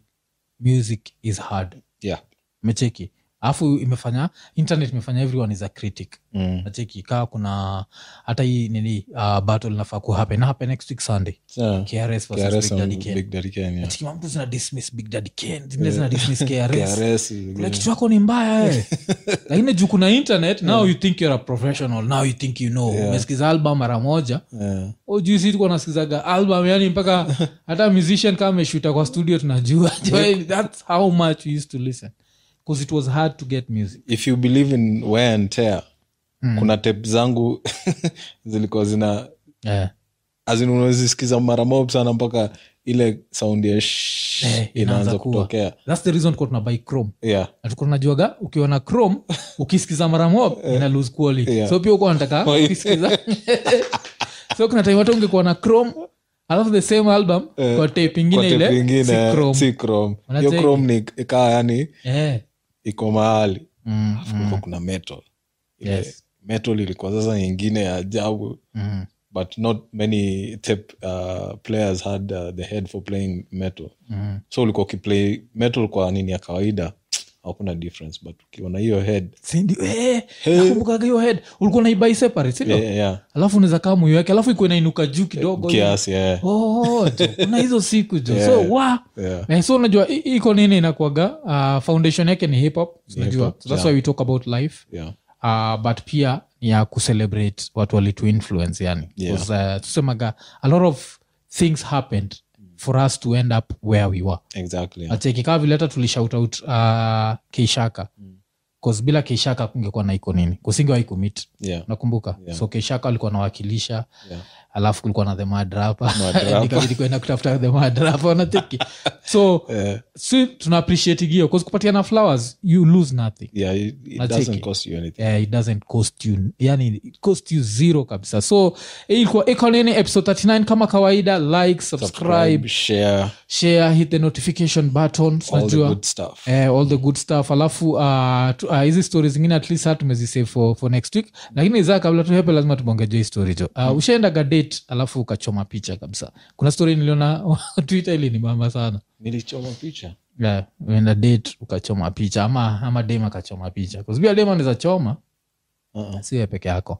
S1: music is hard
S2: yeah
S1: mecheki alafu imefanya internet imefanya everyone is a critic
S2: mm.
S1: nacheki kaa kuna hata hii nini uh, battle inafaa kuhappen happen next week sunday
S2: yeah.
S1: krs versus
S2: KRS
S1: Big
S2: and
S1: Daddy Kane.
S2: Big Daddy Kane, yeah.
S1: Nacheki mambo zina dismiss big daddy Kane, zingine zina dismiss krs
S2: KRS,
S1: Like, kitu yako ni mbaya eh. lakini juu kuna internet now you think you're a professional now you think you know umesikiza album mara moja
S2: yeah.
S1: Oh, juu si tuko nasikizaga album yani mpaka hata musician kama ameshuta kwa studio tunajua that's how much we used to listen because it was hard to get music
S2: if you believe in wear and tear
S1: Mm.
S2: kuna tape zangu zilikuwa zina
S1: yeah.
S2: azin unawezisikiza mara mob sana mpaka ile sound ya shh
S1: Eh, inaanza
S2: inaanza
S1: kuwa.
S2: kutokea
S1: that's the reason kwa tunabai chrome
S2: yeah
S1: natuka najuaga ukiwa na chrome ukisikiza mara mob ina lose quality
S2: Yeah.
S1: so pia ukuwa nataka
S2: Oh, yeah.
S1: ukisikiza so kuna time hata ungekuwa na chrome alafu the same album
S2: Eh,
S1: kwa tape
S2: Kwa
S1: ingine
S2: tape
S1: ile
S2: ingine,
S1: si chrome
S2: si chrome hiyo
S1: Unacheki.
S2: chrome ni ikaa yani
S1: eh.
S2: iko mahali
S1: mm,
S2: Alafu kulikuwa kuna metal Ile
S1: Yes.
S2: metal ilikuwa sasa nyingine ya ajabu
S1: mm.
S2: but not many tape uh, players had uh, the head for playing metal
S1: Mm.
S2: so ulikuwa ukiplay metal kwa nini ya kawaida hakuna difference but ukiwa na hiyo head
S1: Si ndio? Eh, nakumbukaga hiyo head ulikuwa naibai separate sindio
S2: yeah, yeah,
S1: alafu unaweza kaa moyo wake alafu ikuwa inainuka juu kidogo hivi.
S2: kiasi yeah.
S1: Oh, jo, kuna hizo siku jo
S2: Yeah.
S1: so wa
S2: Yeah.
S1: Eh, so unajua hi- iko nini inakuaga uh, foundation yake ni hip hop unajua
S2: hip-hop,
S1: so that's
S2: yeah.
S1: why we talk about life
S2: Yeah.
S1: uh, but pia ni ya kucelebrate watu walituinfluence yani
S2: Yeah.
S1: 'Cause, uh, tusemaga a lot of things happened for us to end up where we were
S2: exactly yeah.
S1: acheki kaa vile hata tulishout out uh, keishaka
S2: Mm.
S1: bcause bila keishaka kungekuwa na iko nini kusingewahi kumit
S2: Yeah.
S1: nakumbuka
S2: Yeah.
S1: so keishaka alikuwa nawakilisha
S2: Yeah.
S1: alafu kulikuwa na the madrapa
S2: Madrapa.
S1: nikabidi kwenda kutafuta the madrapa wanateki so
S2: Eh,
S1: si tuna appreciate hiyo bcause kupatiana flowers you lose nothing
S2: yeah, it, it
S1: Nacheki.
S2: doesn't cost you anything
S1: yeah, Eh, it doesn't cost you yani it cost you zero kabisa so hii ilikuwa iko nini episode 39 kama kawaida like subscribe
S2: subscribe share
S1: share hit the notification button
S2: all the
S1: tunajua
S2: good stuff
S1: eh, all the good stuff alafu uh, tu- uh, hizi uh, stori zingine at least hatu mezisave for, for next week lakini za kabla tuhepe lazima tubongeje hii story jo uh, ushaendaga date alafu ukachoma picha kabisa kuna story niliona twitter ili ni mama sana
S2: nilichoma picha
S1: yeah, uenda date ukachoma picha ama ama dem akachoma picha kasibia dem anaweza choma
S2: Uh-uh.
S1: siwe peke yako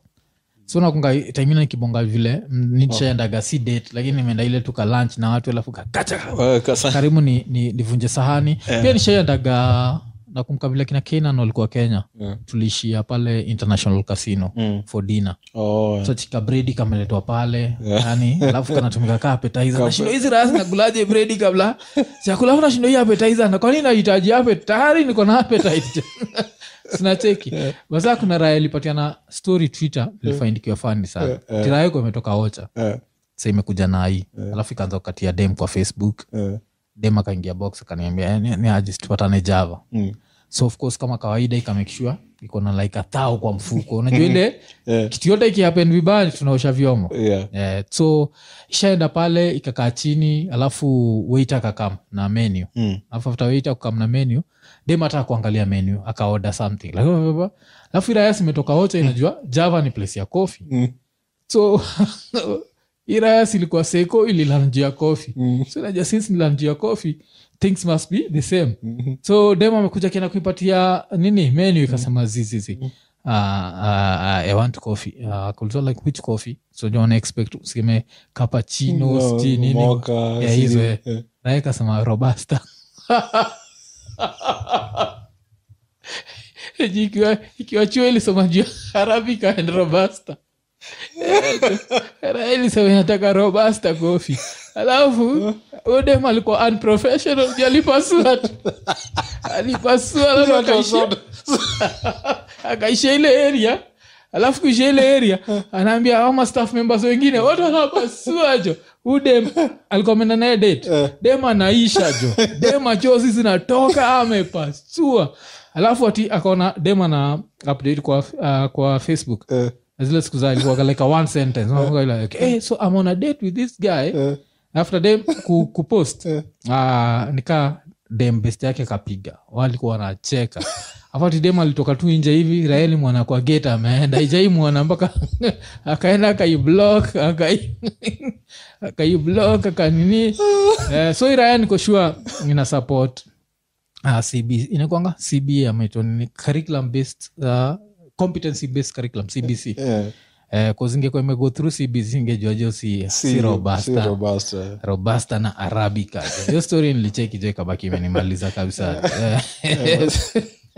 S1: so nakunga taimina nikibonga vile nishaendaga si date lakini nimeenda ile tuka lunch na watu alafu kakacha
S2: Wewe kasa-
S1: karibu ni, ni, nivunje sahani
S2: Eh.
S1: pia nishaendaga nakumbuka vile kina kenan walikuwa kenya
S2: Yeah.
S1: tuliishia pale international casino
S2: Mm.
S1: for dinner
S2: Oh,
S1: so chika bredi kameletwa pale yani alafu kanatumika kaa appetizer nashindo hizi rasi nakulaje bredi kabla chakula afu nashindo hii appetizer na kwani nahitaji ape tayari niko na appetite sina cheki basa kuna raya ilipatiana story twitter ilifaindikiwa fani sana tira yako imetoka ocha
S2: eh,
S1: sa imekuja na hii alafu ikaanza kukatia dem kwa facebook
S2: eh.
S1: dem akaingia box akaniambia "Eh, "Ni- ni aje tupatane java
S2: Mm.
S1: so of course kama kawaida ikamake sure iko na like a thou kwa mfuko unajua ile
S2: Yeah.
S1: kitu yote ikihapen vibaya tunaosha vyombo
S2: Yeah.
S1: Eh, so ishaenda pale ikakaa chini alafu weit akakam na menu
S2: Mm.
S1: alafu after weit akakam na menu dem hata kuangalia menu akaoda something Like, "Oh, oh, oh." alafu irayas imetoka wote inajua java ni place ya kofi
S2: Mm.
S1: so irayas ilikuwa seko ililanjia kofi
S2: Mm.
S1: so najua since nilanjia kofi things must be the same
S2: Mhm.
S1: so dem amekuja kienda kuipatia nini menu ikasema zizizi mm. Uh, uh, uh, I want coffee. Uh, kulitoa like which coffee? So you wanna expect useme cappuccino,
S2: No,
S1: sijui nini.
S2: mocha,
S1: Yeah, hizo,
S2: sijui-
S1: eh.
S2: eh.
S1: Na yeye kasema robusta. Eji ikiwa ikiwa chuo ilisoma juu ya Arabica and robusta. Era ilisema inataka robusta coffee. Alafu udem alikuwa unprofessional, juu alipasua tu. Alipasua alafu akaishia akaisha ile area alafu kuisha ile area anaambia ama staff members wengine wote wanapasua jo Huyu dem alikuwa ameenda naye
S2: Eh.
S1: date dem anaisha jo dem machozi zinatoka amepasua alafu ati akaona dem ana update kwa, uh, kwa facebook
S2: Eh,
S1: Na zile siku za ilikuwa like a one sentence Unakuwa ile, like, hey, so i'm on a date with this guy
S2: eh,
S1: after dem ku, kupost
S2: Eh.
S1: Ah, nika dem best yake kapiga walikuwa wanacheka afati dem alitoka tu nje hivi raeli mwana kwa geta ameenda ijai mwana mpaka akaenda akaiblok akai akaiblok akanini eh, so iraya nikoshua ina support ah, cb inakwanga cb ameitonini curriculum based uh, competency based curriculum cbc
S2: eh.
S1: eh, kozingekwa imego through cbc ingejuajo si, si
S2: Si- si
S1: robasta
S2: robust, eh.
S1: robusta na arabica hiyo story nilicheki jo ikabaki imenimaliza kabisa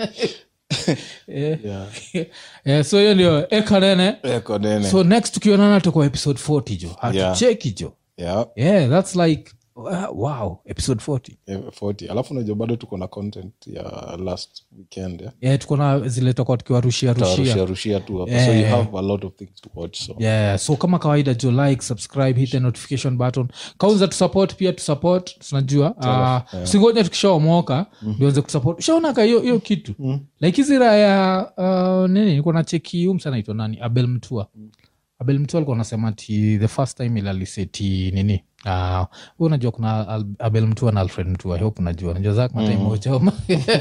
S1: Eh,
S2: Yeah.
S1: eh, so hiyo ndio ekanene
S2: Eh, konene.
S1: so next tukionana tuko episode 40 jo hatucheki jo
S2: Yeah.
S1: yeah thats like uh, wow episode 40
S2: Eh, 40 alafu unajua bado tuko na content ya last weekend eh?
S1: yeah, tuko na zile toka tukiwarushia rushia
S2: Rushia, rushia tu hapa so you
S1: Eh.
S2: have a lot of things to watch so
S1: yeah so kama kawaida jo like subscribe hit the notification button kaunza tusupport pia tusupport tunajua uh, singoja tukishaomoka niweze kusupport ushaonaka hiyo hiyo kitu like hizi raya uh, nini niko na cheki huu msana naitwa nani abel mtua abel mtua alikuwa anasema ti the first time ilaliseti nini Uh, unajua kuna Al- abel mtua na alfred mtua I hope unajua najua zako mataimochoma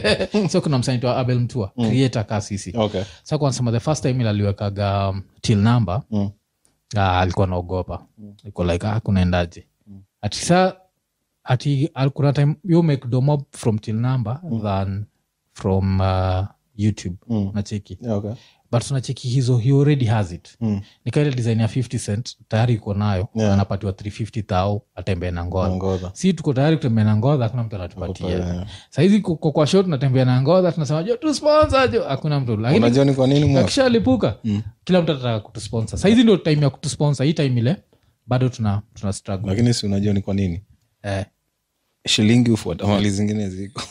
S1: so kuna msanaitwa abel mtua creator kaa sisi
S2: okay
S1: sa kwanasema the first time ilaliwekaga um, till number
S2: Mm.
S1: ah, alikuwa naogopa iko like ah, kunaendaje
S2: Mm.
S1: ati sa ati al- kuna time you make domo from till number than from uh, youtube
S2: Mm.
S1: nacheki
S2: Yeah, okay
S1: but tunacheki hizo he already has it
S2: Mm.
S1: nikaile design ya 50 cent tayari iko nayo
S2: Yeah.
S1: anapatiwa 350 thau atembee na ngoa
S2: Ngoza.
S1: si tuko tayari kutembea na ngodha hakuna mtu anatupatia
S2: Yeah.
S1: sahizi kwa kwa show tunatembea na ngodha tunasema jo tu sponsor jo hakuna mtu lakini
S2: unajua ni kwa nini mwa-
S1: akishalipuka kila mtu atataka kutusponsa saizi ndio time ya kutusponsa hii time ile bado tuna tuna struggle
S2: lakini si unajua ni kwa nini
S1: eh.
S2: shilingi ufuata mali zingine ziko